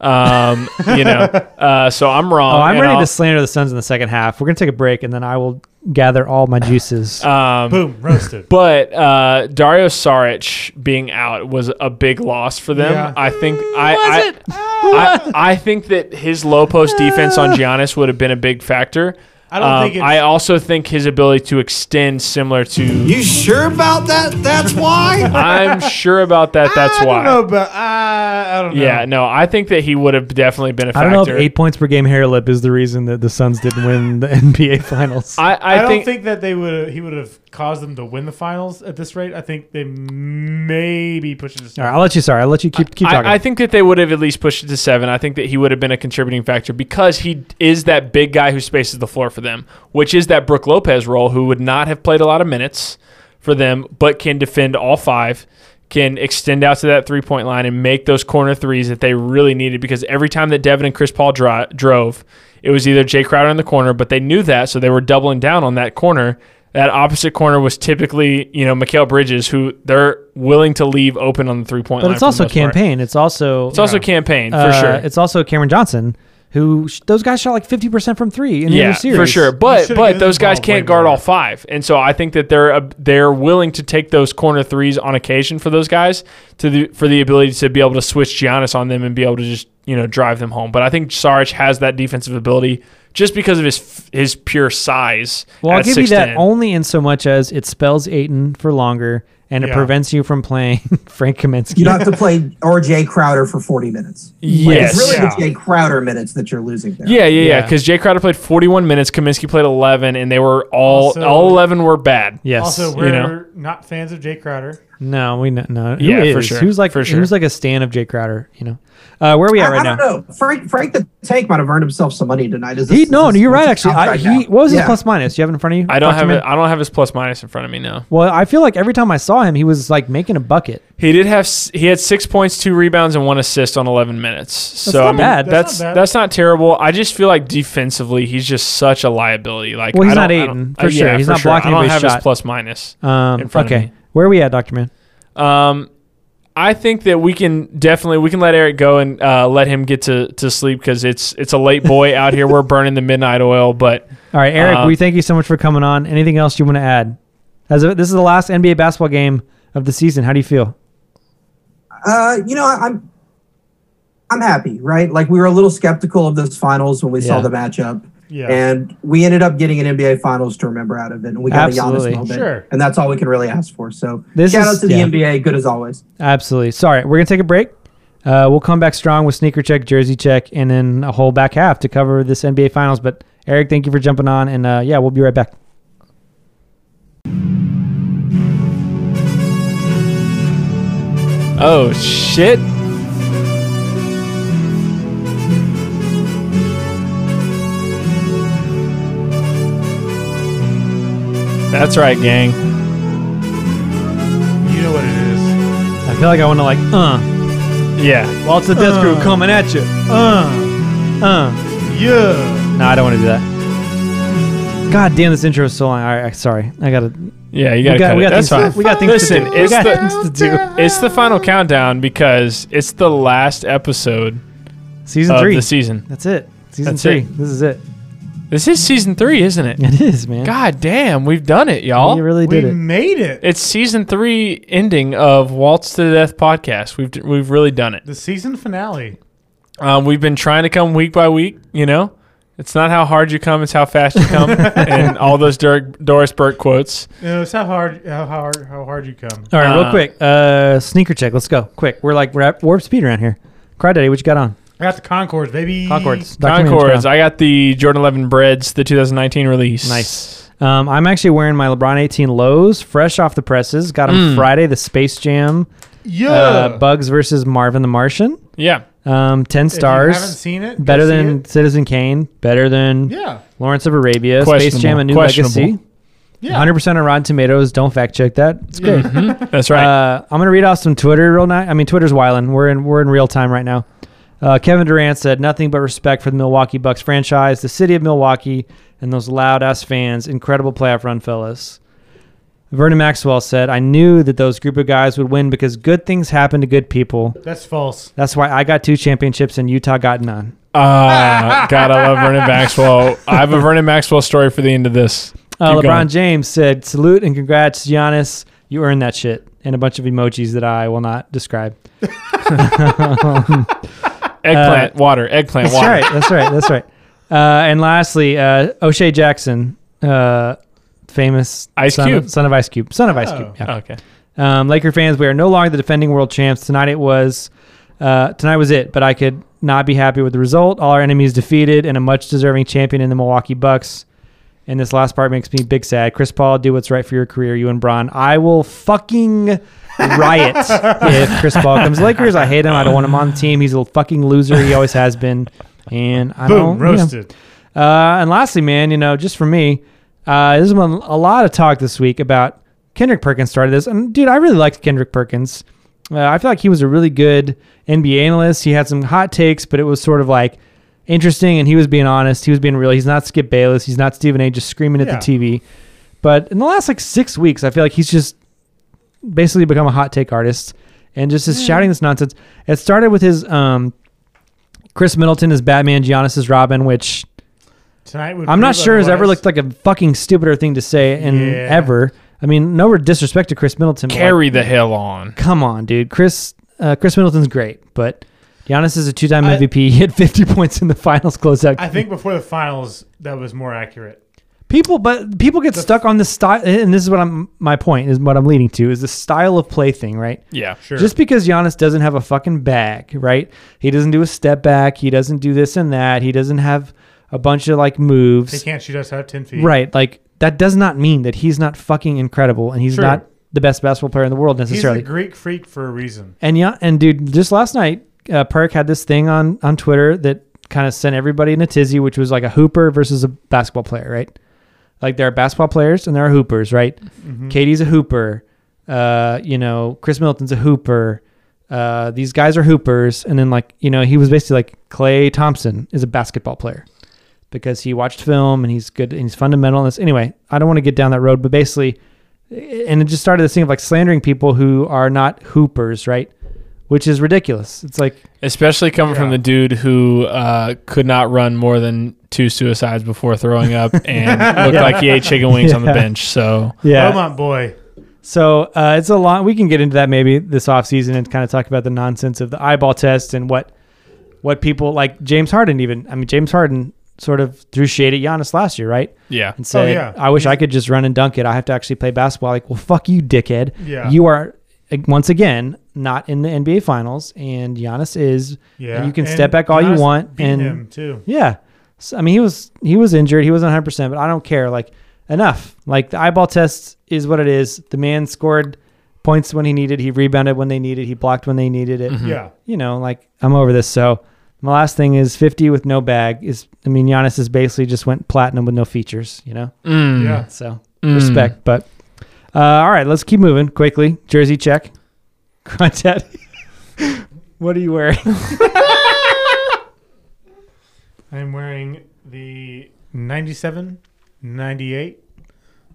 D: Um,
C: (laughs)
D: you know, uh, so I'm wrong.
C: oh, I'm
D: and
C: ready
D: I'll-
C: to slander the Suns in the second half. We're gonna take a break, and then I will gather all
D: (sighs)
C: my juices.
D: Um,
B: Boom,
C: (laughs)
B: roasted.
D: But uh, Dario Saric being out was a big loss for them.
B: Yeah.
D: I think I I, I I think that his low post defense on Giannis would have been a big factor. Um,
B: I don't think it's-
D: I also think his ability to extend, similar to.
E: You sure about that? That's why?
D: (laughs) I'm sure about that. That's
B: I
D: why.
B: don't know, but I, I don't know.
D: Yeah, no, I think that he would have definitely been a
C: I
D: factor.
C: don't know if eight points per game hair lip is the reason that the Suns didn't win the (laughs) NBA Finals.
D: I,
B: I,
D: I,
B: don't
D: think,
B: think, that they would. He would have caused them to win the finals at this rate. I think they may be pushing this.
C: All right, I'll let you. Sorry, I'll let you keep keep talking.
D: I, I think that they would have at least pushed it to seven. I think that he would have been a contributing factor because he is that big guy who spaces the floor for them, which is that Brooke Lopez role who would not have played a lot of minutes for them, but can defend all five, can extend out to that three point line and make those corner threes that they really needed because every time that Devin and Chris Paul dri- drove, it was either Jay Crowder in the corner, but they knew that, so they were doubling down on that corner. That opposite corner was typically, you know, Mikael Bridges, who they're willing to leave open on the three point line.
C: but it's
D: for the
C: also
D: most part.
C: campaign. It's also
D: It's also campaign for sure.
C: Uh, It's also Cameron Johnson, who sh- those guys shot like fifty percent from three in the
D: yeah,
C: other series
D: for sure.
B: You
D: But
B: should've
D: but
B: given
D: those
B: the ball
D: guys can't
B: way
D: guard
B: more.
D: all five, and so I think that they're uh, they're willing to take those corner threes on occasion for those guys to the for the ability to be able to switch Giannis on them and be able to just you know drive them home. But I think Saric has that defensive ability just because of his his pure size.
C: Well, I'll
D: at
C: give you that
D: 6'10".
C: only in so much as it spells Aiton for longer and it
B: Yeah.
C: prevents you from playing (laughs) Frank Kaminsky.
F: You don't have to play or Jay Crowder for 40 minutes.
D: yes.
F: It's really
B: Yeah.
F: the Jay Crowder minutes that you're losing there.
D: Yeah, yeah, yeah.
C: Yeah.
D: Because Jay Crowder played 41 minutes, Kaminsky played 11, and they were all
B: Also-
D: all 11 were bad.
C: yes.
B: Also,
D: you
B: we're
D: know.
B: not fans of Jay Crowder.
C: no, we no. no. Who
D: Yeah, for
C: is?
D: sure,
C: Who's like
D: for sure.
C: Who's like a stan of Jay Crowder? You know, uh, where are we at
F: I,
C: right
F: I don't
C: now?
F: know. Frank Frank the Tank might have earned himself some money tonight. Is
C: He
F: this-
C: no,
F: is
C: no,
F: this
C: you're right.
F: what's
C: Actually,
F: up
C: I,
F: right
C: he
F: now?
C: what was his
F: Yeah.
C: plus minus? Do you have it in front of you?
D: I don't have
C: Document?
D: it. I don't have his plus minus in front of me now.
C: Well, I feel like every time I saw him, he was like making a bucket.
D: He did have s- he had six points, two rebounds, and one assist on eleven minutes. So
C: not
D: I mean,
C: bad.
D: That's
B: That's
D: that's
B: not
D: not,
B: bad.
D: terrible. I just he's like defensively, he's just such a liability. Like
C: Well, he's not
D: I don't- uh, I don't-
C: Aiden, for sure. He's not blocking
D: I don't
C: anybody's
D: have
C: shot.
D: his plus minus.
C: Um,
D: In front of
C: okay,
D: me.
C: where are we at, Doctor Man?
D: Um, I think that we can definitely we can let Eric go and uh, let him get to to sleep because it's it's a late boy out here. We're (laughs) burning the midnight oil, but
C: All right, Eric,
D: Uh,
C: we thank you so much for coming on. Anything else you want to add? As of, this is the last NBA basketball game of the season, how do you feel?
F: Uh, you know, I- I'm I'm happy, right? Like we were a little skeptical of those finals when we saw
C: Yeah.
F: the matchup.
B: Yeah.
F: And we ended up getting an NBA Finals to remember out of it, and we got
C: Absolutely.
F: a Giannis moment,
B: Sure.
F: and that's all we can really ask for. So,
C: This
F: shout
C: is-
F: out to the
C: yeah.
F: NBA, good as always.
C: Absolutely. Sorry, we're gonna take a break. Uh, we'll come back strong with sneaker check, jersey check, and then a whole back half to cover this NBA Finals. But Eric, thank you for jumping on, and uh, yeah, we'll be right back.
D: Oh shit. That's right, gang.
B: You know what it is.
C: I feel like I want to like, uh,
D: Yeah.
C: well, it's the death crew coming at you,
B: Uh,
C: uh.
B: yeah.
C: No, I don't want to do that. God damn, this intro is so long. All right, sorry, I gotta.
D: Yeah, you gotta
C: we got,
D: cut
C: we
D: it.
C: got
D: That's
C: things,
D: fine.
C: We got things to
D: Listen,
C: do. We
D: it's
C: got
D: the-
C: things to do.
D: It's the final countdown because it's the last episode
C: Season
D: of
C: three.
D: Uh, the season.
C: That's it. Season
D: That's
C: three.
D: it.
C: This is it. (laughs)
D: This is season three, isn't it?
C: It is, man.
D: God damn, we've done it, y'all.
C: you really
B: We
C: did it.
B: made it.
D: it's season three ending of Waltz to the Death podcast. We've we've really done it.
B: The season finale.
D: Um, we've been trying to come week by week. You know, it's not how hard you come; it's how fast you
C: (laughs)
D: come. and all those Dur- Doris Burke quotes.
B: You know, it's how hard, how hard, how hard you come.
C: All right, real
D: Uh,
C: quick. Uh, sneaker check. Let's go quick. We're like we're at warp speed around here. Cry Daddy, what you got on?
B: I got the Concords, baby.
C: Concords. Dr. Williams,
D: Concords.
C: what
D: I got the Jordan Eleven Breads, the 2019 release.
C: Nice. you got on? Um, I'm actually wearing my LeBron 18 lows, fresh off the presses. Got them
D: Mm.
C: Friday. The Space Jam.
B: Yeah.
C: Uh, Bugs versus Marvin the Martian.
D: Yeah.
C: Um, ten
B: If
C: stars.
B: You haven't seen it. go
C: better
B: see
C: than
B: it.
C: Citizen Kane. Better than
B: Yeah.
C: Lawrence of Arabia. Space Jam:
D: Questionable.
C: A New
D: Questionable.
C: Legacy.
B: Yeah.
C: 100 percent on Rotten Tomatoes. Don't fact check that. It's great.
D: (laughs) That's right.
C: Uh, I'm gonna read off some Twitter real night. I mean, Twitter's wilding. We're in we're in real time right now. Uh, Kevin Durant said nothing but respect for the Milwaukee Bucks franchise, the city of Milwaukee, and those loud ass fans. Incredible playoff run, fellas. Vernon Maxwell said, "I knew that those group of guys would win because good things happen to good people.
B: That's false.
C: That's why I got two championships and Utah got none."
D: Uh, God, I love Vernon Maxwell. I have a Vernon Maxwell story for the end of this.
C: Uh, LeBron
D: Keep going.
C: James said, "Salute and congrats, Giannis. You earned that shit." And a bunch of emojis that I will not describe.
D: Eggplant water. Eggplant
C: uh, That's
D: water. (laughs)
C: right. That's right. That's right. (laughs) Uh, and lastly, uh, O'Shea Jackson, uh, famous
D: Ice
C: son
D: Cube.
C: of, son of Ice Cube, son of Ice Cube.
B: Oh.
C: Yeah.
D: Okay.
C: Um, Laker fans, we are no longer the defending world champs. Tonight it was, uh, tonight was it. But I could not be happy with the result. All our enemies defeated, and a much deserving champion in the Milwaukee Bucks. And this last part makes me big sad. Chris Paul, do what's right for your career. You and Bron, I will fucking riot if Chris Paul comes to Lakers. I hate him. I don't want him on the team. He's a fucking loser. He always has been. And I don't
B: Boom.
C: you know.
B: Roasted.
C: Uh, and lastly, man, you know, just for me, uh, there's been a lot of talk this week about Kendrick Perkins started this, and dude, I really liked Kendrick Perkins. Uh, I feel like he was a really good NBA analyst. He had some hot takes, but it was sort of like interesting, and he was being honest. He was being real. He's not Skip Bayless. He's not Stephen A. just screaming at
B: Yeah.
C: the TV. But in the last like six weeks, I feel like he's just basically become a hot take artist and just is shouting this nonsense. It started with his um, Chris Middleton is Batman, Giannis is Robin, which
B: Tonight would
C: I'm not
B: prove
C: sure has ever
B: otherwise.
C: looked like a fucking stupider thing to say in
B: Yeah.
C: ever. I mean, no disrespect to Chris Middleton. but, like,
D: Carry the hell on.
C: come on, dude. Chris uh, Chris Middleton's great, but Giannis is a two-time
B: I-
C: MVP. He had 50 (laughs) points in the finals closeout.
B: I think before the finals, that was more accurate.
C: people, but people get stuck on this style, and this is what I'm. My point is what I'm leading to is the style of play thing, right?
D: Yeah. Sure.
C: Just because Giannis doesn't have a fucking bag, right? He doesn't do a step back. He doesn't do this and that. He doesn't have a bunch of like moves.
B: They can't shoot us out of ten feet.
C: Right. Like that does not mean that he's not fucking incredible and he's
B: Sure.
C: not the best basketball player in the world
B: He's a
C: necessarily.
B: Greek freak for a reason.
C: and yeah, and dude, just last night, uh, Perk had this thing on on Twitter that kind of sent everybody in a tizzy, which was like a hooper versus a basketball player, right? Like there are basketball players and there are hoopers, right? Katie's a hooper. Uh, you know, Chris Middleton's a hooper. Uh, these guys are hoopers, and then like you know, he was basically like Clay Thompson is a basketball player because he watched film and he's good and he's fundamental in this. Anyway, I don't want to get down that road, but basically, and it just started this thing of like slandering people who are not hoopers, right? Which is ridiculous. It's like
D: Especially coming from the dude who uh, could not run more than two suicides before
C: (laughs)
D: throwing up and looked like he ate chicken wings on the
C: Yeah.
D: bench. So
B: Beaumont boy.
C: So uh, it's a lot. We can get into that maybe this off season and kind of talk about the nonsense of the eyeball test and what what people like James Harden even. I mean, James Harden sort of threw shade at Giannis last year, right?
D: yeah,
C: And said,
B: Oh, yeah.
C: "I wish I could just run and dunk it. I have to actually play basketball." Like, well, fuck you, dickhead.
B: Yeah.
C: You are ag- once again not in the NBA Finals, and Giannis is.
B: Yeah,
C: and you can
B: And
C: step back all you
B: Giannis
C: want,
B: beat
C: and
B: him too.
C: yeah, so, I mean he was he was injured, he wasn't 100, percent but I don't care. Like enough. Like the eyeball test is what it is. The man scored points when he needed, he rebounded when they needed, he blocked when they needed
D: Mm-hmm.
C: it
B: Yeah,
C: you know, like I'm over this. So my last thing is 50 with no bag is, I mean, Giannis is basically just went platinum with no features, you know?
D: Mm.
B: yeah.
C: So respect, but uh, all right, let's keep moving quickly. Jersey check. (laughs) Granddad, (laughs) what are you wearing?
B: I'm wearing the 97, 98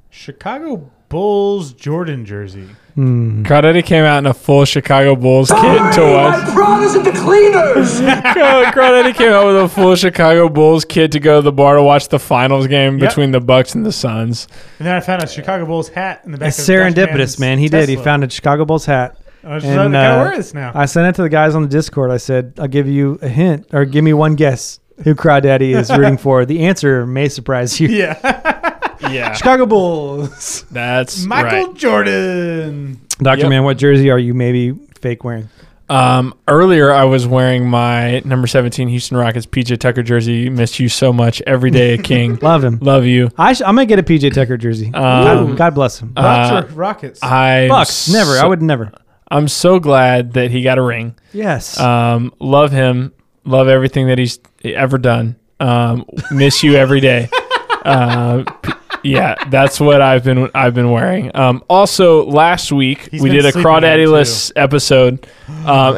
B: Chicago Bulls Jordan jersey.
D: Cardetti came out in a full Chicago Bulls kit to watch.
E: brothers at the
D: (laughs)
E: cleaners.
D: Cardetti came out with a full Chicago Bulls kit to go to the bar to watch the finals game
B: Yep.
D: between the Bucks and the Suns.
B: And then I found a Chicago Bulls hat in the back.
C: It's
B: of Dutch
C: (laughs) serendipitous,
B: Man's
C: man. He did. He
B: Tesla.
C: found a Chicago Bulls hat.
B: I was just
C: and,
B: like, I gotta
C: uh,
B: wear this now.
C: I sent it to the guys on the Discord. I said, I'll give you a hint or give me one guess who Crawdaddy
B: (laughs)
C: is rooting for. The answer may surprise you.
B: (laughs) yeah,
D: Yeah,
C: Chicago Bulls.
D: that's
B: Michael Jordan.
C: (laughs) Doctor
D: Yep.
C: Man, what jersey are you maybe fake wearing?
D: Um, earlier, I was wearing my number 17 Houston Rockets PJ Tucker jersey. Missed you so much every day, King.
C: (laughs) Love him.
D: Love you.
C: I sh- I'm gonna get a PJ Tucker jersey. God, God bless him.
D: Uh,
B: Bucks or Rockets.
D: I
C: Bucks never. I would never.
D: I'm so glad that he got a ring.
C: Yes.
D: Um, love him. Love everything that he's ever done. Um, miss you every
B: (laughs)
D: day. Uh, p- yeah, that's what I've been I've been wearing. Um, also, last week
B: He's
D: we
B: been
D: did a
B: sleeping on it,
D: Crawdaddyless episode, um,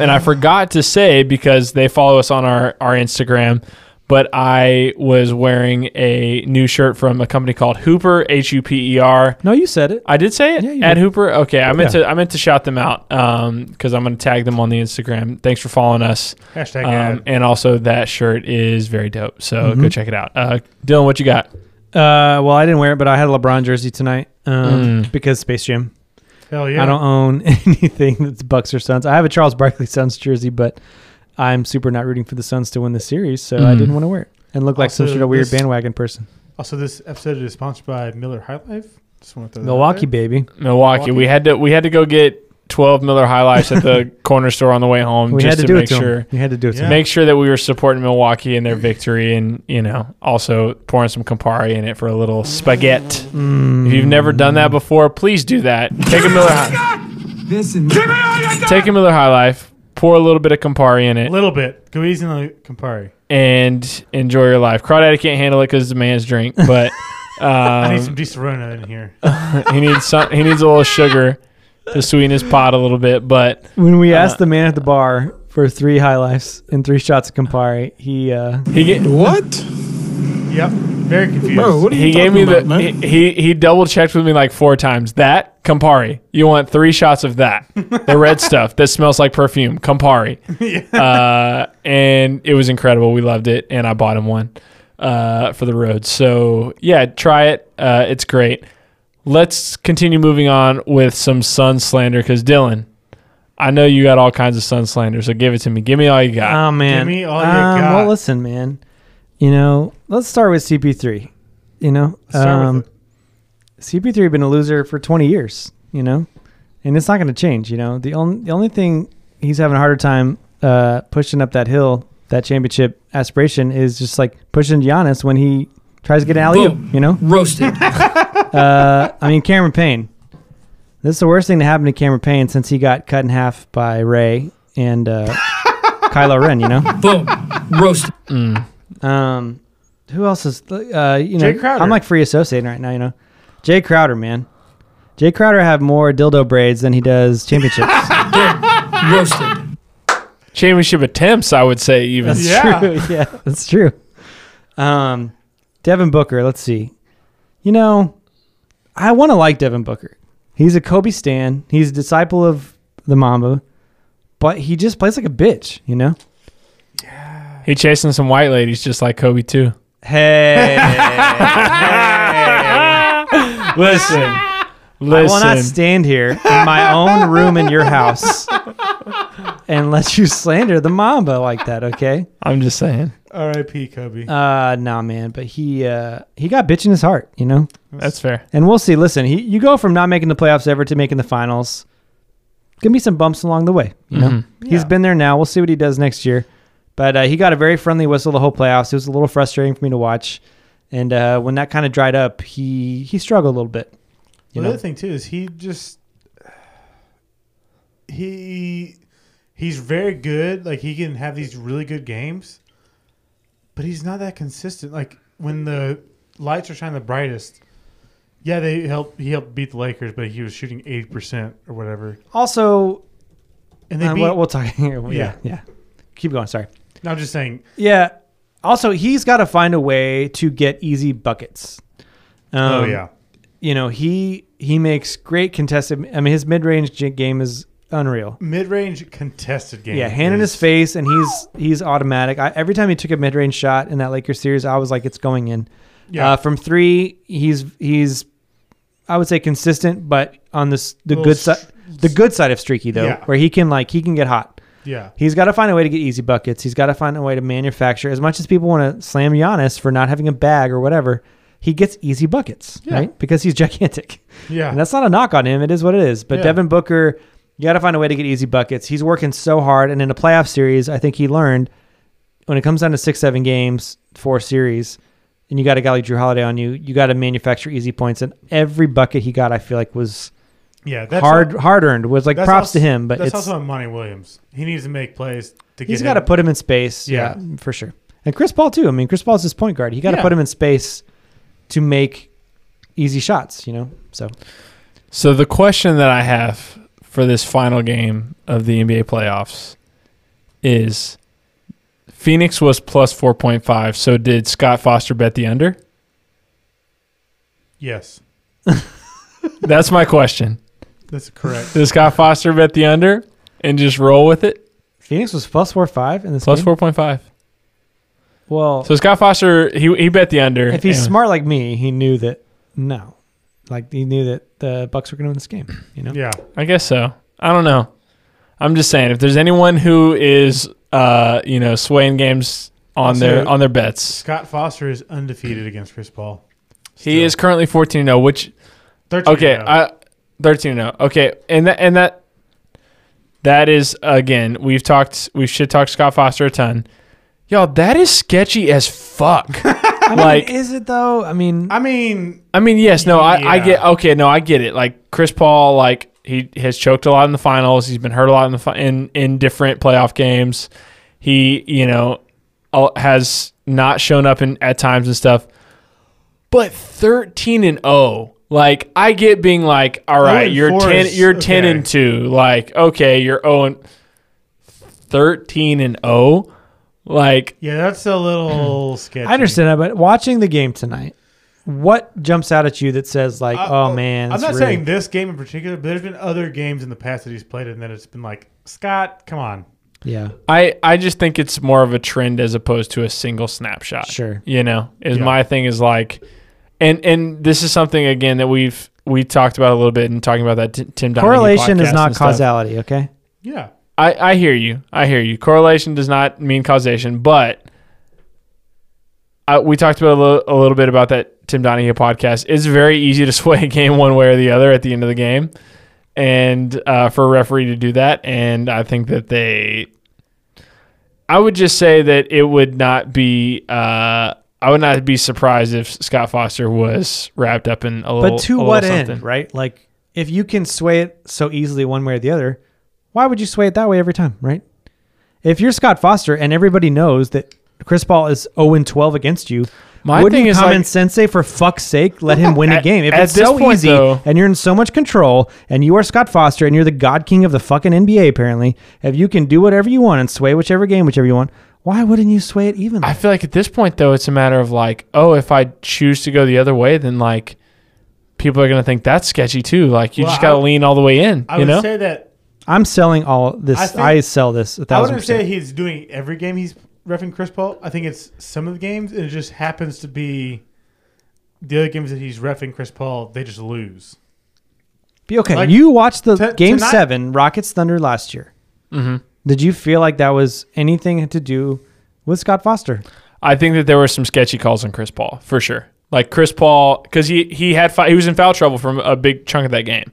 B: (gasps)
D: and I forgot to say because they follow us on our our Instagram. But I was wearing a new shirt from a company called Hooper H U P E R.
C: no, you said it.
D: I did say it
C: Yeah, you
D: at
C: did.
D: Hooper. Okay, I meant
C: Yeah.
D: to I meant to shout them out because I'm going to tag them on the Instagram. Thanks for following us,
B: Hashtag
D: um,
B: ad.
D: and also that shirt is very dope. So
C: Mm-hmm.
D: go check it out. Uh, Dylan, what you got?
C: Uh, well, I didn't wear it, but I had a LeBron jersey tonight um, because Space Jam.
B: Hell yeah.
C: I don't own (laughs) anything that's Bucks or Suns. I have a Charles Barkley Suns jersey, but I'm super not rooting for the Suns to win the series, so I
B: Mm.
C: didn't want to wear it and look like some
B: Also,
C: sort of weird
B: this-
C: bandwagon person.
B: Also, this episode is sponsored by Miller High Life. Just want to throw that out
C: Milwaukee,
B: there.
C: baby.
D: Milwaukee. We had to we had to go get 12 Miller High Lifes
C: (laughs)
D: at the corner store on the way home
C: We
D: just
C: had to, do
D: make
C: it to
D: sure.
C: him. We had to do it to
B: Yeah.
C: him.
D: Make sure that we were supporting Milwaukee in their victory, and you know, also pouring some Campari in it for a little spaghetti.
C: Mm.
D: If you've never done that before, please do that. Take a Miller High.
F: This and
D: take a Miller High Life, pour a little bit of Campari in
B: A
D: it,
B: little bit. Go easy on the Campari.
D: and enjoy your life. Crawdaddy can't handle it because it's a man's drink, but
B: I need
D: um,
B: some Di Serrano in here.
D: he needs some, he needs a little sugar to sweeten his pot a little bit. But
C: When
B: Uh,
C: we asked the man at the bar for three high lifes and three shots of Campari, he uh,
D: he get,
G: What?
B: Yep. Very confused.
G: Bro, what are you
D: he gave
G: talking
D: me
G: about,
D: the
G: man?
D: he, he he double checked with me like four times. That Campari, you want three shots of that,
G: (laughs)
D: the red stuff that smells like perfume, Campari. Uh, and it was incredible. We loved it, and I bought him one uh, for the road. So yeah, try it. Uh, it's great. Let's continue moving on with some sun slander because Dylan, I know you got all kinds of sun slander, so give it to me. Give me all you got.
C: Oh man.
B: me all you
C: Um,
B: got.
C: Well, listen, man. You know, let's start with CP3. You know, um,
B: start with it.
C: CP3 been a loser for 20 years. You know, and it's not going to change. You know, the only the only thing he's having a harder time uh, pushing up that hill, that championship aspiration, is just like pushing Giannis when he tries to get an alley oop.
E: Boom.
C: You know,
E: Roasted.
C: uh, I mean Cameron Payne. This is the worst thing to happen to Cameron Payne since he got cut in half by Ray and uh, Kylo Ren. You know.
E: Boom. Roasted.
C: Um, who else is uh, you know?
B: Jay Crowder.
C: I'm like free associating right now. You know, Jay Crowder, man. Jay Crowder have more dildo braids than he does
B: (laughs)
C: championships.
E: Roasted.
D: Championship attempts, I would say even.
C: that's
B: Yeah.
C: true. (laughs) Yeah, that's true. Um, Devin Booker. Let's see. You know, I want to like Devin Booker. He's a Kobe stan. He's a disciple of the Mamba, but he just plays like a bitch. You know.
D: He chasing some white ladies just like Kobe too.
C: (laughs)
B: (laughs)
D: Listen.
C: I will not
D: Listen.
C: stand here in my own room in your house and let you slander the Mamba like that, okay?
D: I'm just saying.
B: R.I.P. Kobe.
C: Uh nah man, but he uh he got bitch in his heart, you know?
D: That's fair.
C: And we'll see. Listen, he you go from not making the playoffs ever to making the finals. give me some bumps along the way. You know, he's been there now. We'll see what he does next year. But uh, he got a very friendly whistle the whole playoffs. It was a little frustrating for me to watch. And uh, when that kind of dried up, he he struggled a little bit. You
B: Well, the
C: know,
B: other thing too is he just he he's very good. Like he can have these really good games, but he's not that consistent. Like when the lights are shining the brightest, yeah, they help. He helped beat the Lakers, but he was shooting eighty percent or whatever.
C: also,
B: And they
C: uh,
B: beat.
C: we'll, we'll talk. (laughs) yeah,
B: Yeah.
C: yeah, yeah. Keep going. Sorry.
B: no, I'm just saying.
C: Yeah. Also, he's got to find a way to get easy buckets. Um,
B: oh yeah,
C: You know he he makes great contested. I mean, his mid range game is unreal.
B: mid-range contested game.
C: Yeah, hand in
B: is-
C: his face, and he's he's automatic. I, every time he took a mid range shot in that Lakers series, I was like, it's going in.
B: Yeah.
C: Uh, from three, he's he's I would say consistent, but on this the
B: Little
C: good side the good side of streaky though,
B: Yeah.
C: where he can like he can get hot.
B: Yeah,
C: He's got to find a way to get easy buckets. He's got to find a way to manufacture. As much as people want to slam Giannis for not having a bag or whatever, he gets easy buckets,
B: Yeah.
C: right? Because he's (laughs) gigantic.
B: yeah.
C: And that's not a knock on him. It is what it is. But
B: Yeah.
C: Devin Booker, you got to find a way to get easy buckets. He's working so hard. And in a playoff series, I think he learned when it comes down to six, seven games, four series, and you got a guy like Drew Holiday on you, you got to manufacture easy points. And every bucket he got, I feel like, was
B: yeah. That's
C: hard hard earned, was like
B: that's
C: props
B: also-
C: to him. But
B: that's
C: it's,
B: also on Monty Williams. He needs to make plays to get.
C: he's got to
B: him-
C: put him in space.
B: Yeah.
C: Yeah. for sure. And Chris Paul, too. I mean, Chris Paul's his point guard. He got to
B: Yeah.
C: put him in space to make easy shots, you know? So.
D: So the question that I have for this final game of the NBA playoffs is Phoenix was plus 4.5, so did Scott Foster bet the under?
B: Yes,
D: That's my question.
B: that's
C: (laughs)
B: correct.
D: Did Scott Foster bet the under and just roll with it?
C: Phoenix was plus four five in this
D: Plus
C: game?
D: 4.5.
C: Well,
D: So Scott Foster, he he bet the under.
C: if he's
D: and-
C: smart like me, he knew that no, like he knew that the Bucks were going to win this game. You know,
B: Yeah.
D: I guess so. I don't know. I'm just saying if there's anyone who is uh, you know, swaying games on
B: Also-
D: their on their bets.
B: Scott Foster is undefeated against Chris Paul.
D: He is currently 14 0, which
B: 13
D: Okay, I 13 0. Okay, and that and that that is again, we've talked we should talk Scott Foster a ton. Y'all, that is sketchy as fuck.
C: I mean,
D: like-
C: is it though? I mean,
B: I mean,
D: I mean, yes, no, I, I
B: Yeah.
D: get okay, no, I get it. Like Chris Paul, like he has choked a lot in the finals. He's been hurt a lot in the fi- in in different playoff games. He, you know, al- has not shown up in at times and stuff. But thirteen and zero, like I get being like, all right,
B: and
D: you're
B: four
D: ten,
B: is-
D: you're ten
B: okay.
D: and two. Like okay, you're zero and thirteen and zero. Like
B: yeah, that's a
C: (clears throat)
B: little sketchy.
C: I understand that, but watching the game tonight, what jumps out at you that says like,
B: I-
C: oh man,
B: Uh, I'm
C: it's
B: not
C: really-
B: saying this game in particular, but there's been other games in the past that he's played in that it's been like, Scott, come on.
C: yeah,
D: I, I just think it's more of a trend as opposed to a single snapshot.
C: Sure.
D: You know, is
B: Yeah.
D: my thing is like, and and this is something again that we've we talked about a little bit and talking about that t- Tim Donaghy
C: correlation
D: podcast
C: is
D: and
C: not
D: stuff.
C: causality. Okay,
B: Yeah.
D: I I hear you. I hear you. Correlation does not mean causation, but I, we talked about a little, a little bit about that Tim Donahue podcast. It's very easy to (laughs) sway a game one way or the other at the end of the game, and uh, for a referee to do that. And I think that they, I would just say that it would not be. Uh, I would not be surprised if Scott Foster was wrapped up in a little.
C: but to
D: a
C: what
D: little
C: end,
D: something.
C: right? Like, if you can sway it so easily one way or the other, why would you sway it that way every time, right? If you're Scott Foster and everybody knows that Chris Paul is 0 12 against you,
D: My
C: wouldn't
D: thing
C: you
D: is,
C: common
D: like-
C: sense say for fuck's sake let him win a
D: At-
C: game? If
D: at
C: it's
D: this
C: so
D: point,
C: easy
D: though-
C: and you're in so much control and you are Scott Foster and you're the god king of the fucking NBA apparently, if you can do whatever you want and sway whichever game whichever you want, why wouldn't you sway it evenly?
D: I feel like at this point though, it's a matter of like, oh, if I choose to go the other way, then like people are gonna think that's sketchy too. Like you
B: Well,
D: just gotta
B: I-
D: lean all the way in.
B: I
D: you
B: would
D: know?
B: say that
C: I'm selling all this.
B: I
C: I,
B: think-
C: sell this a
B: I
C: thousand
B: wouldn't say
C: percent.
B: he's doing every game he's refing Chris Paul. I think it's some of the games, and it just happens to be the other games that he's refing Chris Paul, they just lose.
C: Be okay.
B: like,
C: you watched the
B: to-
C: game
B: tonight-
C: seven Rockets Thunder last year.
D: Mm-hmm.
C: Did you feel like that was anything to do with Scott Foster?
D: I think that there were some sketchy calls on Chris Paul, for sure. Like Chris Paul, because he, he had fi- he was in foul trouble from a big chunk of that game.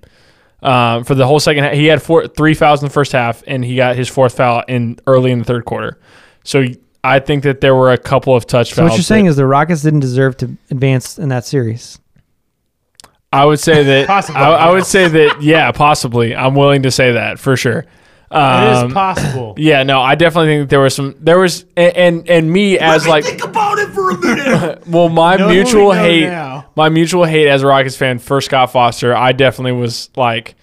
D: um, for the whole second half. He had four, three fouls in the first half, and he got his fourth foul in early in the third quarter. So I think that there were a couple of touch
C: So
D: fouls.
C: what you're saying is the Rockets didn't deserve to advance in that series.
D: I would say
B: (laughs)
D: that.
B: Possibly.
D: I, I would say that. Yeah, possibly. I'm willing to say that for sure.
B: It
D: Um,
C: (coughs)
B: is possible.
D: yeah, no, I definitely think that there was some. There was, and and, and me as like
E: think about it for a minute.
D: Well, my
B: Knowing what
D: mutual
B: we know
D: hate,
B: now.
D: my mutual hate as a Rockets fan for Scott Foster, I definitely was like,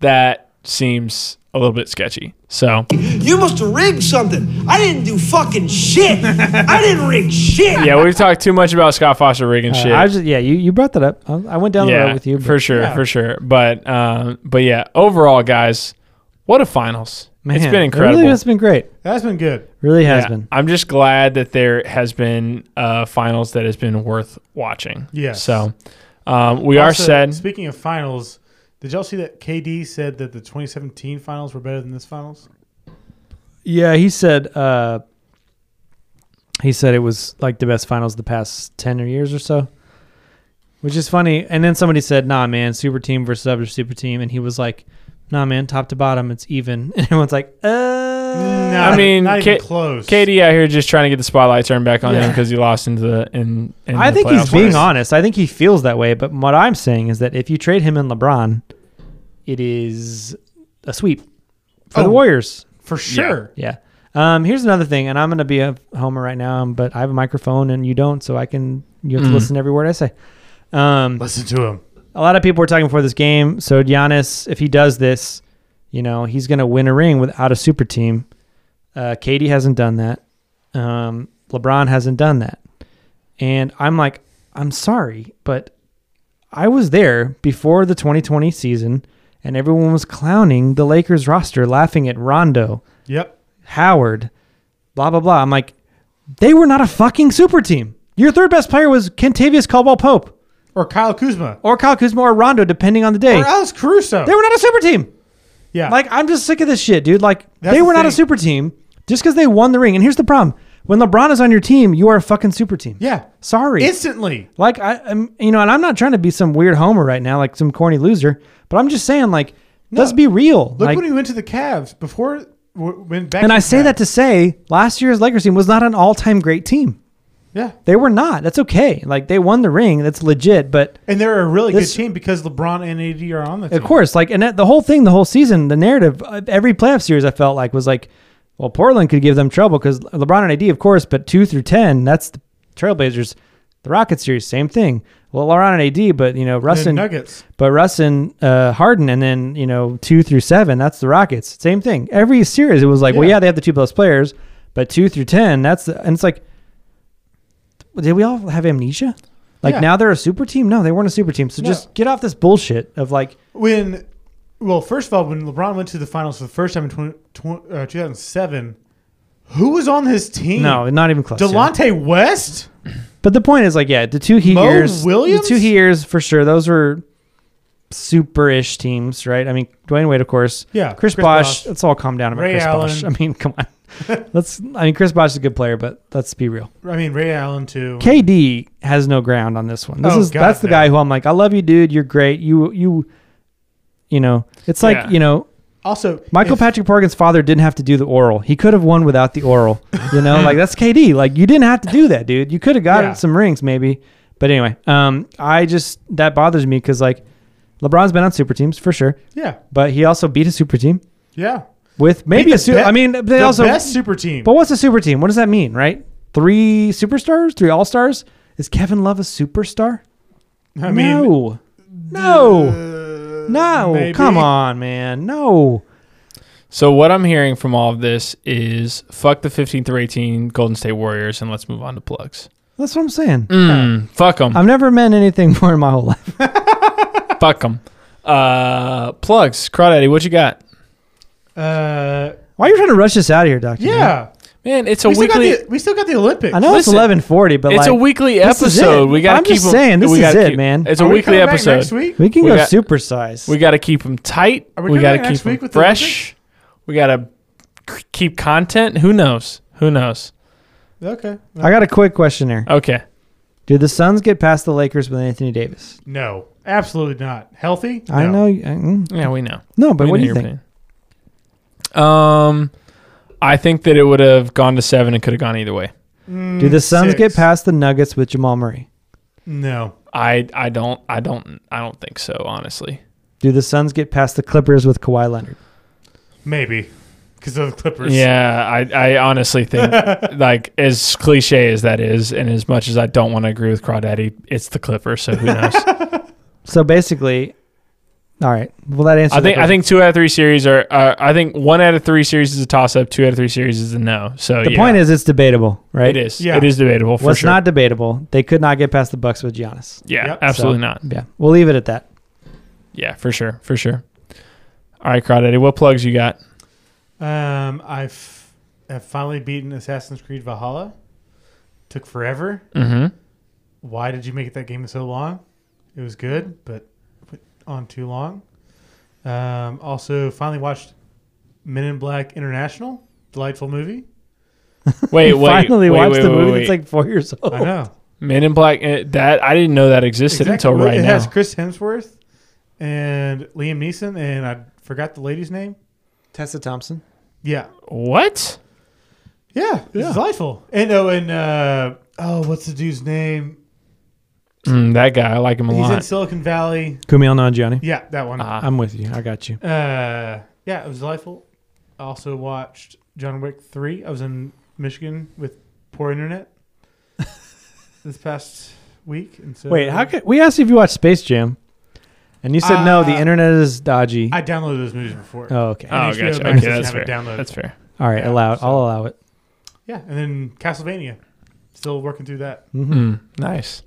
D: that seems a little bit sketchy. So
E: you must have rigged something. I didn't do fucking shit. I didn't rig shit.
D: yeah, we've talked too much about Scott Foster rigging shit.
C: Uh, I was just, yeah, you, you brought that up. I, I went down the
D: yeah,
C: road with you. but
D: for sure,
B: yeah.
D: for sure. But um, but yeah, overall, guys, what a finals!
C: man,
D: it's been
C: It
D: incredible.
C: really has been great.
B: That's been good.
C: Really
D: Yeah,
C: has been.
D: I'm just glad that there has been uh, finals that has been worth watching.
B: Yes.
D: So um, we
B: Also,
D: are said.
B: Speaking of finals, did y'all see that KD said that the 2017 finals were better than this finals?
C: Yeah, he said uh, he said it was like the best finals the past ten or years or so, which is funny. And then somebody said, "Nah, man, super team versus other super team," and he was like, "Nah, man, top to bottom, it's even." (laughs) And everyone's like, "Uh,
B: Nah,
D: I mean,
B: not even
D: K-
B: close.
D: KD out here just trying to get the spotlight turned back on him because he lost into the in. in
C: I
D: the
C: think he's
D: playoffs.
C: being honest. I think he feels that way. But what I'm saying is that if you trade him and LeBron, it is a sweep for the
B: Oh.
C: Warriors.
B: for sure.
C: Yeah. Um, here's another thing, and I'm going to be a homer right now, um, but I have a microphone and you don't, so I can you
D: Mm-hmm.
C: have to listen to every word I say. Um,
B: Listen to him.
C: a lot of people were talking before this game. So Giannis, if he does this, you know he's going to win a ring without a super team. Uh, Katie hasn't done that. Um, LeBron hasn't done that. And I'm like, I'm sorry, but I was there before the 2020 season, and everyone was clowning the Lakers roster, laughing at Rondo,
B: Yep.
C: Howard, blah blah blah. I'm like, they were not a fucking super team. Your third best player was Kentavious Caldwell Pope
B: Or Kyle Kuzma.
C: or Kyle Kuzma or Rondo, depending on the day.
B: Or Alice Caruso.
C: They were not a super team.
B: yeah.
C: Like I'm just sick of this shit, dude. Like
B: That's
C: they
B: the
C: were not a
B: thing.
C: super team just because they won the ring. And here's the problem: when LeBron is on your team, you are a fucking super team.
B: yeah.
C: Sorry.
B: Instantly.
C: like I, I'm, you know, and I'm not trying to be some weird homer right now, like some corny loser. But I'm just saying, like, let's be real.
B: Look
C: like,
B: when he went to the Cavs before when back.
C: and I
B: to
C: say
B: the
C: that to say, last year's Lakers team was not an all-time great team.
B: Cavs. yeah,
C: They were not. That's okay. Like they won the ring. That's legit. But
B: and they're a really
C: This-
B: good team because LeBron and AD are on the team.
C: Of course, like and that, the whole thing, the whole season, the narrative, of every playoff series, I felt like was like, well, Portland could give them trouble because LeBron and AD, of course, but two through ten, that's the Trailblazers. The Rocket series, same thing. Well, LeBron and AD, but you know Russ
B: The
C: and
B: Nuggets.
C: but Russ and uh, Harden, and then you know two through seven, that's the Rockets. Same thing. Every series, it was like, well,
B: Yeah.
C: yeah, they have the two best players, but two through ten, that's the, and it's like, did we all have amnesia? Like
B: Yeah.
C: now they're a super team? No, they weren't a super team. So
B: No.
C: just get off this bullshit of like
B: When, well, first of all, when LeBron went to the finals for the first time in 20, tw- uh, 2007, who was on his team?
C: No, not even close. yeah.
B: Delonte West.
C: But the point is, like, yeah, the two heat
B: Mo
C: years,
B: Williams?
C: the two heat years for sure. Those were super-ish teams, right? I mean, Dwayne Wade, of course.
B: Yeah,
C: Chris,
B: Chris
C: Bosh.
B: Bosh.
C: Let's all calm down about
B: Ray
C: Chris
B: Allen.
C: Bosh. (laughs) I mean, come on.
B: (laughs)
C: let's. I mean, Chris Bosh is a good player, but let's be real.
B: I mean Ray Allen too.
C: KD has no ground on this one. This
B: Oh,
C: is
B: God,
C: that's the
B: no.
C: guy who I'm like, I love you, dude. You're great. You you. You know, it's like
D: Yeah.
C: you know.
B: also,
C: Michael
B: if-
C: Patrick Morgan's father didn't have to do the oral. He could have won without the oral. You know, like that's KD. Like you didn't have to do that, dude. You could have gotten
B: Yeah.
C: some rings maybe. But anyway, um, I just that bothers me because like LeBron's been on super teams for sure,
B: Yeah,
C: but he also beat a super team
B: yeah.
C: with maybe
B: the
C: a super.
B: be-
C: I mean, they
B: the
C: also
B: best super team.
C: But what's a super team? What does that mean, right? Three superstars, three all stars. Is Kevin Love a superstar?
B: I mean,
C: no, no,
B: uh,
C: no.
B: maybe.
C: Come on, man, no.
D: So what I'm hearing from all of this is fuck the 15 through 18 Golden State Warriors and let's move on to plugs.
C: That's what I'm saying.
D: Mm, fuck them.
C: I've never meant anything (laughs) more in my whole life.
D: Fuck them. Uh, plugs. Crawdaddy, what you got?
B: Uh,
C: Why are you trying to rush this out of here, Doctor?
B: yeah.
D: Man, it's a
B: we,
D: weekly.
B: still got the, we still got the Olympics.
C: I know
D: Listen,
C: it's eleven forty, but
D: it's
C: like,
D: a weekly
C: this is
D: episode.
C: it.
D: We gotta
C: I'm
D: keep
C: just
D: 'em-
C: saying, this
D: we
C: is
D: gotta
C: it,
D: keep-
C: man.
D: It's a
B: Are we
D: weekly
B: coming back
D: episode.
B: next week.
C: we can
D: we
C: go
D: got-
C: super size.
D: We got to keep them tight.
B: Are
D: we
B: we
D: got
B: coming back
D: to keep
B: next
D: them
B: week with the
D: fresh. We got to keep content. Who knows? Who knows?
B: Okay.
C: I got a quick question here.
D: Okay.
C: Did the Suns get past the Lakers with Anthony Davis?
B: No, absolutely not. Healthy?
C: I
B: No.
C: know. you- I- mm.
D: Yeah, we know.
C: No, but
D: We
C: what do
D: know
C: you
D: your
C: think?
D: opinion. Um, I think that it would have gone to seven and could have gone either way. Mm,
C: Do the Suns
B: six.
C: get past the Nuggets with Jamal Murray?
B: No.
D: I I don't I don't I don't think so honestly.
C: Do the Suns get past the Clippers with Kawhi Leonard?
B: Maybe. Because of the Clippers.
D: Yeah, I, I
B: (laughs)
D: honestly think like as cliche as that is, and as much as I don't want to agree with Crawdaddy, it's the Clippers, so who knows?
C: So basically, all right. Well, that answers.
D: I
C: the
D: think I think two out of three series are. Uh, I think one out of three series is a toss up. Two out of three series is a no. So
C: question. the
D: yeah,
C: point is it's debatable, right?
D: it is.
B: Yeah.
D: It is debatable for
C: What's
D: sure.
C: not debatable? They could not get past the Bucks with Giannis.
D: yeah,
B: Yep.
D: absolutely
C: So-
D: not.
C: Yeah, we'll leave it at that.
D: Yeah, for sure, for sure. All right, Crawdaddy, what plugs you got?
B: Um, I've have finally beaten Assassin's Creed Valhalla. Took forever.
D: Mm-hmm.
B: Why did you make that game so long? It was good, but put on too long. Um, also, finally watched Men in Black International. Delightful movie.
D: (laughs)
C: (laughs)
D: Wait,
C: We
D: wait.
C: finally
D: wait,
C: watched
D: wait,
C: the
D: wait,
C: movie
D: wait.
C: that's like four years old.
B: I know.
D: Men in Black. uh, That I didn't know that existed
B: Exactly.
D: until
B: Well,
D: right
B: it
D: now.
B: has Chris Hemsworth and Liam Neeson, and I forgot the lady's name.
C: Tessa Thompson.
B: Yeah,
D: what?
B: yeah, it's delightful. And oh, and uh, oh, what's the dude's name?
D: Mm, that guy, I like him a
B: He's in
D: lot. Oh,
B: Silicon Valley.
C: Kumail Nanjiani.
B: Yeah, that one.
D: Ah.
C: I'm with you. I got you.
B: Uh, yeah, it was delightful. I also watched John Wick three. I was in Michigan with poor
D: (laughs)
B: internet this past week, and so
C: Wait, how could we asked you if you watched Space Jam, and you said no? The
B: Uh,
C: internet is dodgy.
B: I downloaded those movies before?
C: oh, okay.
D: Oh,
B: HBO
D: gotcha.
B: Max
D: Okay,
B: doesn't
D: that's
B: have
D: fair.
B: it downloaded.
D: That's fair.
C: All right,
B: yeah,
C: allow.
B: so-
C: I'll allow it.
B: Yeah, and then Castlevania. Still working through that.
C: Mm-hmm.
D: Mm, nice.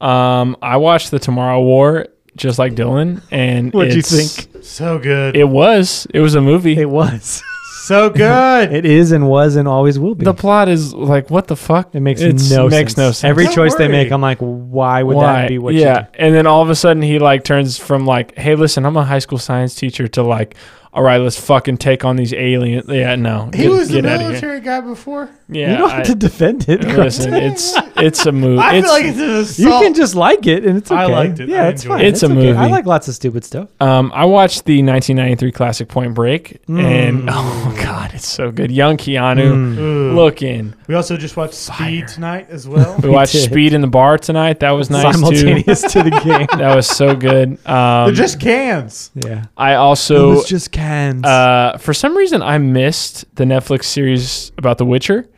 D: Um, I watched the Tomorrow War just like Dylan, and
C: What'd you
D: it's-
C: think?
B: So good.
D: It was. It was a movie.
C: It was.
B: so
D: (laughs)
B: good.
C: it is and was and always will be.
D: the plot is like what the fuck?
C: it makes
D: It's-
C: no
D: makes
C: sense.
D: no sense.
C: Every
B: Don't
C: choice they make,
B: worry.
C: I'm like, why would that be what?
D: yeah.
C: You
D: And then all of a sudden he like turns from like, hey, listen, I'm a high school science teacher to like, all right, let's fucking take on these aliens. Yeah, no.
B: he
D: get,
B: was the
D: get outta here.
B: military guy before.
C: do?
D: Yeah.
C: you don't have
D: I-
C: to defend it.
D: listen, it's it's a
C: (laughs)
D: movie.
B: I
D: it's,
B: feel like it's an
C: you
B: assault.
C: can just like it, and it's okay.
B: I liked it.
C: Yeah,
B: I
C: it's
B: enjoyed
C: fine.
D: it. It's a
C: okay. I
D: movie.
C: like lots of stupid stuff.
D: um, I watched the 1993 classic Point Break,
C: Hmm.
D: and (laughs) oh god, it's so good. Young Keanu
B: Ooh.
C: Hmm.
D: looking.
B: we also just watched Speed tonight as
D: (laughs)
B: well.
C: (laughs)
D: We watched
C: did.
D: Speed in the Bar tonight. That was nice too.
C: Simultaneous to the game.
D: That was
C: (laughs)
D: so good.
B: They're
D: Um,
B: just cans.
C: Yeah.
D: I
C: it
D: also
C: was just cans.
D: Uh, for some reason, I missed the Netflix series about The Witcher,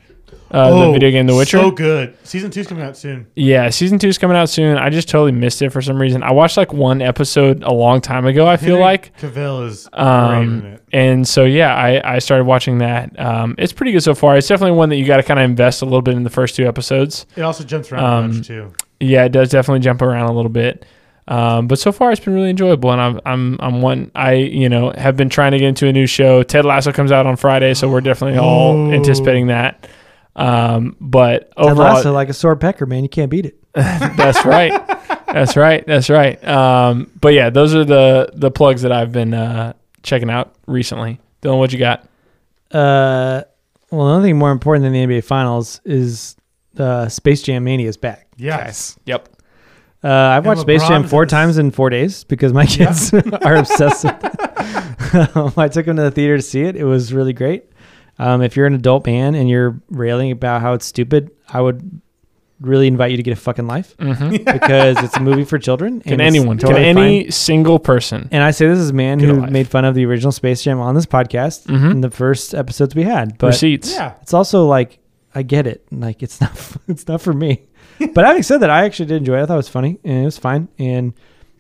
D: uh, the video game The Witcher.
B: Oh, So good. Season two's coming out soon.
D: yeah, season two's coming out soon. I just totally missed it for some reason. I watched like one episode a long time ago. I feel
B: Henry
D: like.
B: Cavill is great in
D: Um,
B: it.
D: and so yeah, I, I started watching that. Um, it's pretty good so far. It's definitely one that you got to kind of invest a little bit in the first two episodes.
B: It also jumps around a
D: um,
B: bunch too.
D: Yeah, it does definitely jump around a little bit. Um, but so far it's been really enjoyable, and I'm I'm I'm one I you know have been trying to get into a new show. Ted Lasso comes out on Friday, so we're definitely all
B: Oh.
D: anticipating that. Um, but
C: Ted
D: overall,
C: Lasso, like a sword pecker, man. You can't beat it.
D: (laughs) that's right, that's right, that's right. Um, but yeah, those are the the plugs that I've been uh, checking out recently. Dylan, what you got?
C: Uh, well, another thing more important than the NBA Finals is uh, Space Jam Mania is back.
B: Yes.
D: Yep.
C: Uh, I've watched Space
B: LeBron's
C: Jam
B: in
C: four
B: the-
C: times in four days because my kids (laughs) are obsessed with it. (laughs) um, I took them to the theater to see it. It was really great. Um, if you're an adult man and you're railing about how it's stupid, I would really invite you to get a fucking life because it's a movie for children.
D: Mm-hmm.
C: and
D: Can
C: it's
D: anyone?
C: totally
D: can
C: fine.
D: any single person?
C: And I say this as a man
D: Get
C: who
D: a life. Mm-hmm.
C: made fun of the original Space Jam on this podcast in the first episodes we had. But
D: Receipts.
B: Yeah.
C: it's also like I get it. Like it's not (laughs) it's not for me. but having said that, I actually did enjoy it. I thought it was funny and it was fine. And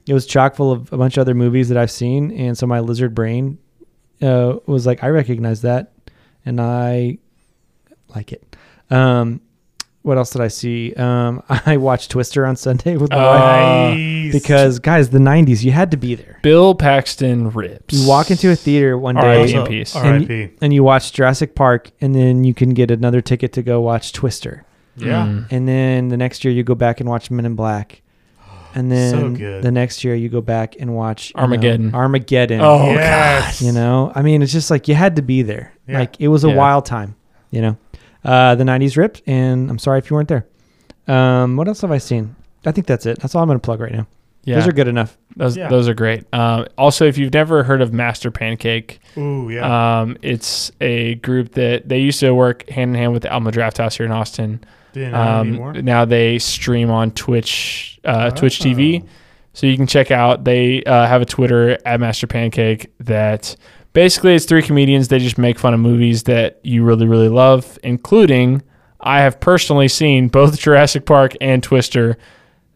C: it was chock full of a bunch of other movies that I've seen. And so my lizard brain uh, was like, I recognize that, and I like it. Um, what else did I see? Um, (laughs) I watched Twister on Sunday with my wife
D: Uh,
B: Nice.
C: because guys, the '90s, you had to be there.
D: Bill Paxton rips.
C: You walk into a theater one
D: R.I.P.
C: day
D: in
B: Also,
D: peace.
C: and,
B: R.I.P.
C: you, and you watch Jurassic Park, and then you can get another ticket to go watch Twister,
B: Yeah.
D: mm.
C: and then the next year you go back and watch Men in Black, and then
B: good.
C: the next year you go back and watch you know,
D: Armageddon.
C: Armageddon.
D: Oh
B: yes.
C: you know, I mean, it's just like you had to be there.
B: Yeah.
C: Like it was a
D: Yeah.
C: wild time. You know, uh, the '90s ripped, and I'm sorry if you weren't there. Um, what else have I seen? I think that's it. That's all I'm going to plug right now.
D: Yeah,
C: Those are good enough.
D: Those,
B: Yeah.
D: those are great. Um, also, if you've never heard of Master Pancake,
B: Ooh, yeah.
D: um, it's a group that they used to work hand in hand with the Alma Draft House here in Austin.
B: Didn't have any more.
D: Um, now they stream on Twitch, uh,
B: Oh.
D: Twitch TV. So you can check out. They uh, have a Twitter at Master Pancake that basically it's three comedians. They just make fun of movies that you really, really love, including I have personally seen both (laughs) Jurassic Park and Twister.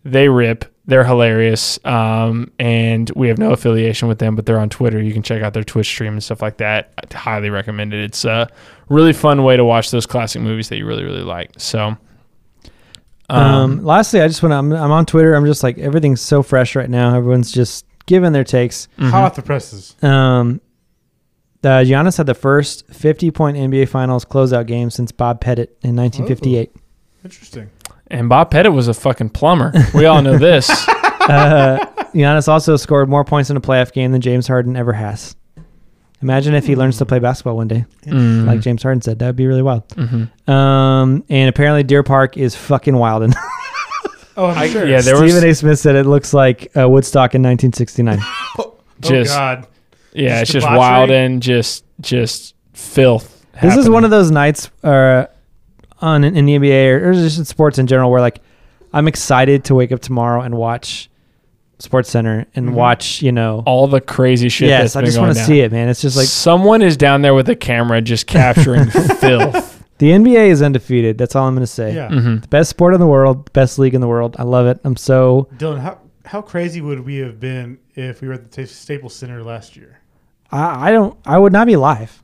D: They rip. They're hilarious. Um, and we have no affiliation with them, but they're on Twitter. You can check out their Twitch stream and stuff like that. I highly recommend it. It's a really fun way to watch those classic movies that you really, really like. So.
C: Um, lastly, I just want to, I'm, I'm on Twitter. I'm just like, everything's so fresh right now. Everyone's just giving their takes.
D: mm-hmm.
B: Hot off the presses.
C: Um, the Giannis had the first 50 point NBA Finals closeout game since Bob Pettit in 1958.
D: Oh.
B: Interesting.
D: And Bob Pettit was a fucking plumber. We all know
C: (laughs)
D: this.
C: Giannis also scored more points in a playoff game than James Harden ever has. Imagine if he learns to play basketball one day, like James Harden said. That would be really wild. Um, and apparently, Deer Park is fucking wild. And
B: Oh, I'm sure.
D: yeah,
C: (laughs)
D: there
C: Stephen
D: was
C: A. Smith said it looks like uh, Woodstock in 1969.
D: just
B: oh God.
D: yeah,
B: just
D: it's just
B: debauchery.
D: wild and just just filth.
C: this is one
D: happening.
C: of those nights uh, on in the NBA or, or just in sports in general where like I'm excited to wake up tomorrow and watch Sports Center and watch you know.
D: Mm-hmm. all the crazy shit.
C: yes,
D: Yes,
C: I just want to see it, man. It's just like
D: someone is down there with a camera just capturing
C: (laughs)
D: filth.
C: the NBA is undefeated. That's all I'm going to
D: eh,
C: say.
B: Yeah.
D: mm-hmm.
C: The best sport in the world, best league in the world. I love it. I'm so
B: Dylan, how how crazy would we have been if we were at the Ta- Staples Center last year?
C: I, I don't I would not be
D: (laughs)
C: live.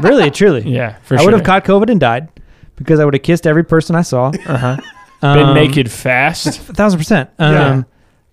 C: really, truly.
D: Yeah, for
C: I
D: sure.
C: would have caught COVID and died because I would have kissed every person I saw.
D: Uh-huh.
C: (laughs)
D: been
C: Um,
D: naked fast.
C: A thousand percent. Um,
B: Yeah.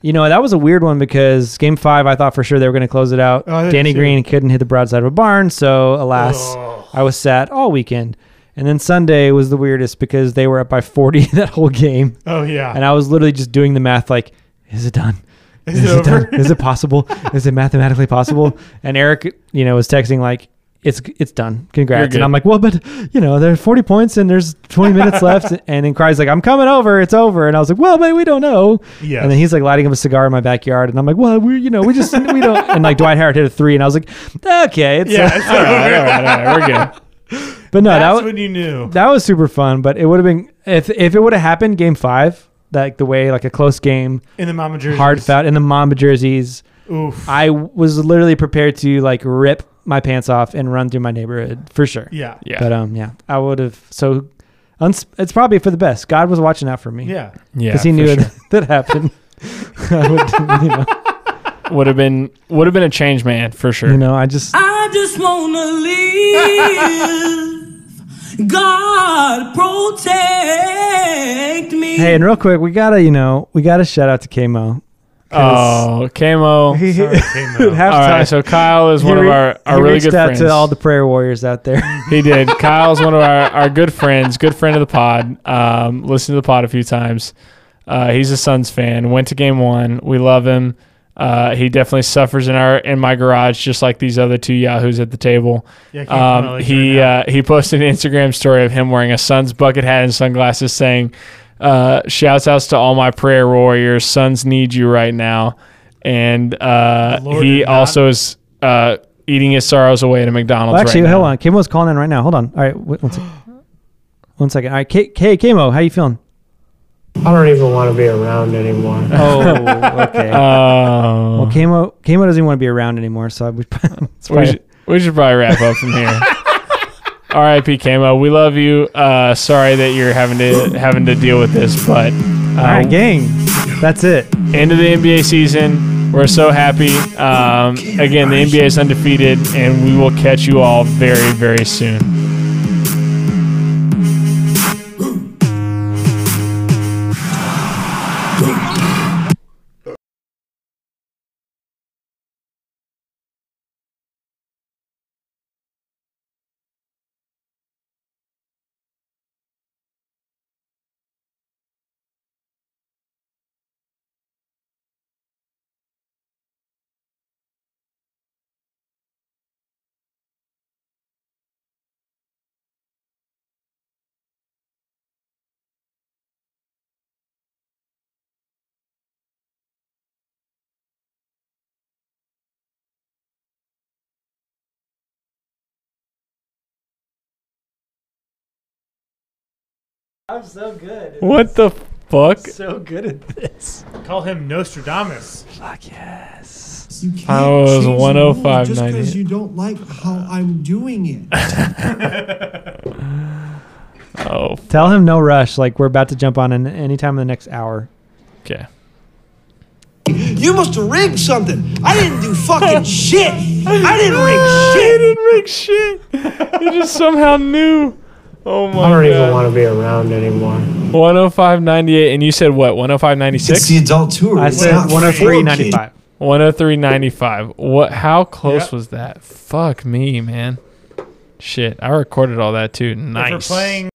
C: You know, that was a weird one because game five, I thought for sure they were going to close it out.
B: Oh, I did
C: Danny
B: too.
C: Green couldn't hit the broadside of a barn. So, alas,
B: Oh.
C: I was sad all weekend. And then Sunday was the weirdest because they were up by 40 (laughs) that whole game.
B: Oh yeah.
C: And I was literally just doing the math like, is it done?
B: (laughs) Is it over?
C: Is
B: (laughs)
C: it possible? is it mathematically possible? And Eric, you know, was texting like, "It's it's done.
D: You're
C: Congrats."
D: good.
C: And I'm like, "Well, but you know, there's 40 points and there's 20
B: (laughs)
C: minutes left." And then Cry's like, "I'm coming over. It's over." And I was like, "Well, but we don't know."
B: Yes.
C: And then he's like lighting up a cigar in my backyard, and I'm like, "Well, we you know we just we don't." And like Dwight Howard hit a three, and I was like, "Okay, it's
B: yeah. it's
D: (laughs) all
B: over.
D: right, all right, all right,
C: (laughs)
D: we're good.
C: But no, that
B: That's
C: was
B: when you knew.
C: that was super fun. But it would have been if if it would have happened game five, like the way like a close game,
B: in the Mama jerseys.
C: hard foul in the Mamba jerseys.
B: Oof.
C: I was literally prepared to like rip my pants off and run through my neighborhood for sure.
B: yeah.
D: Yeah,
C: But um, yeah, I would have. So, uns- it's probably for the best. God was watching out for me.
B: Yeah.
D: (laughs) yeah,
C: Because he
D: for
C: knew
D: sure.
C: it, (laughs) that happened. I would, you, know,
D: would have been would have been a change man for sure.
C: you know, I just
A: I just wanna (laughs) live. God protect me.
C: hey, and real quick, we gotta you know we gotta shout out to Kmo. 'Cause
D: oh, camo.
C: he-
B: Sorry,
C: at
B: came
D: (laughs)
B: out.
D: All right,
C: halftime,
D: so Kyle is
C: he
D: one of
C: re-
D: our, our
C: he
D: really
C: reached
D: good
C: out
D: friends.
C: to all the prayer warriors out there. (laughs)
D: He did. Kyle's one of our, our good friends, good friend of the pod. Um, listened to the pod a few times. Uh, he's a Suns fan. Went to game one. We love him. Uh, he definitely suffers in our in my garage, just like these other two yahoos at the table.
B: Yeah, I can't smell
D: Um,
B: it
D: he
B: right
D: uh, he posted an Instagram story of him wearing a Suns bucket hat and sunglasses, saying, uh, "Shouts outs to all my prayer warriors. Suns need you right now." And uh,
B: Lord
D: he
B: did not-
D: also is uh, eating his sorrows away at a McDonald's.
C: Well, actually,
D: right
C: hold
D: now.
C: on. Kmo's calling in right now. Hold on. All right, wait, one second. One second. All right, K- K- Kmo, how you feeling?
G: I don't even want to be around anymore.
C: (laughs) Oh, okay.
D: (laughs) Oh.
C: Well, Kamo Kamo doesn't even want to be around anymore, so I would. (laughs) it's
D: we
C: probably-
D: should, we should probably wrap up
C: (laughs)
D: from here. R.I.P. Camo, we love you. Uh, sorry that you're having to having to deal with this, but uh,
C: All right, gang, that's it.
D: end of the NBA season. We're so happy. Um, again, the NBA is undefeated, and we will catch you all very, very soon.
H: I'm so good.
D: What the fuck?
H: So good at this.
B: Call him Nostradamus.
H: Fuck yes.
I: You can't
D: I was
I: change the rules
D: 105,
I: just
D: 98.
I: because you don't like how I'm doing it.
D: Oh,
C: Tell him no rush. Like we're about to jump on in any time in the next hour.
D: okay.
E: You must have rigged something. I didn't do fucking shit. I didn't rig shit.
D: didn't rig shit. He just somehow knew. Oh my
G: I don't even
D: god.
G: want to be around anymore.
D: 105.98, and you said what? 105.96?
E: adult tour.
C: I said one hundred three ninety five.
D: 103.95. What? How close
B: Yep.
D: was that? Fuck me, man. Shit, I recorded all that too.
B: If
D: Nice.
B: We're playing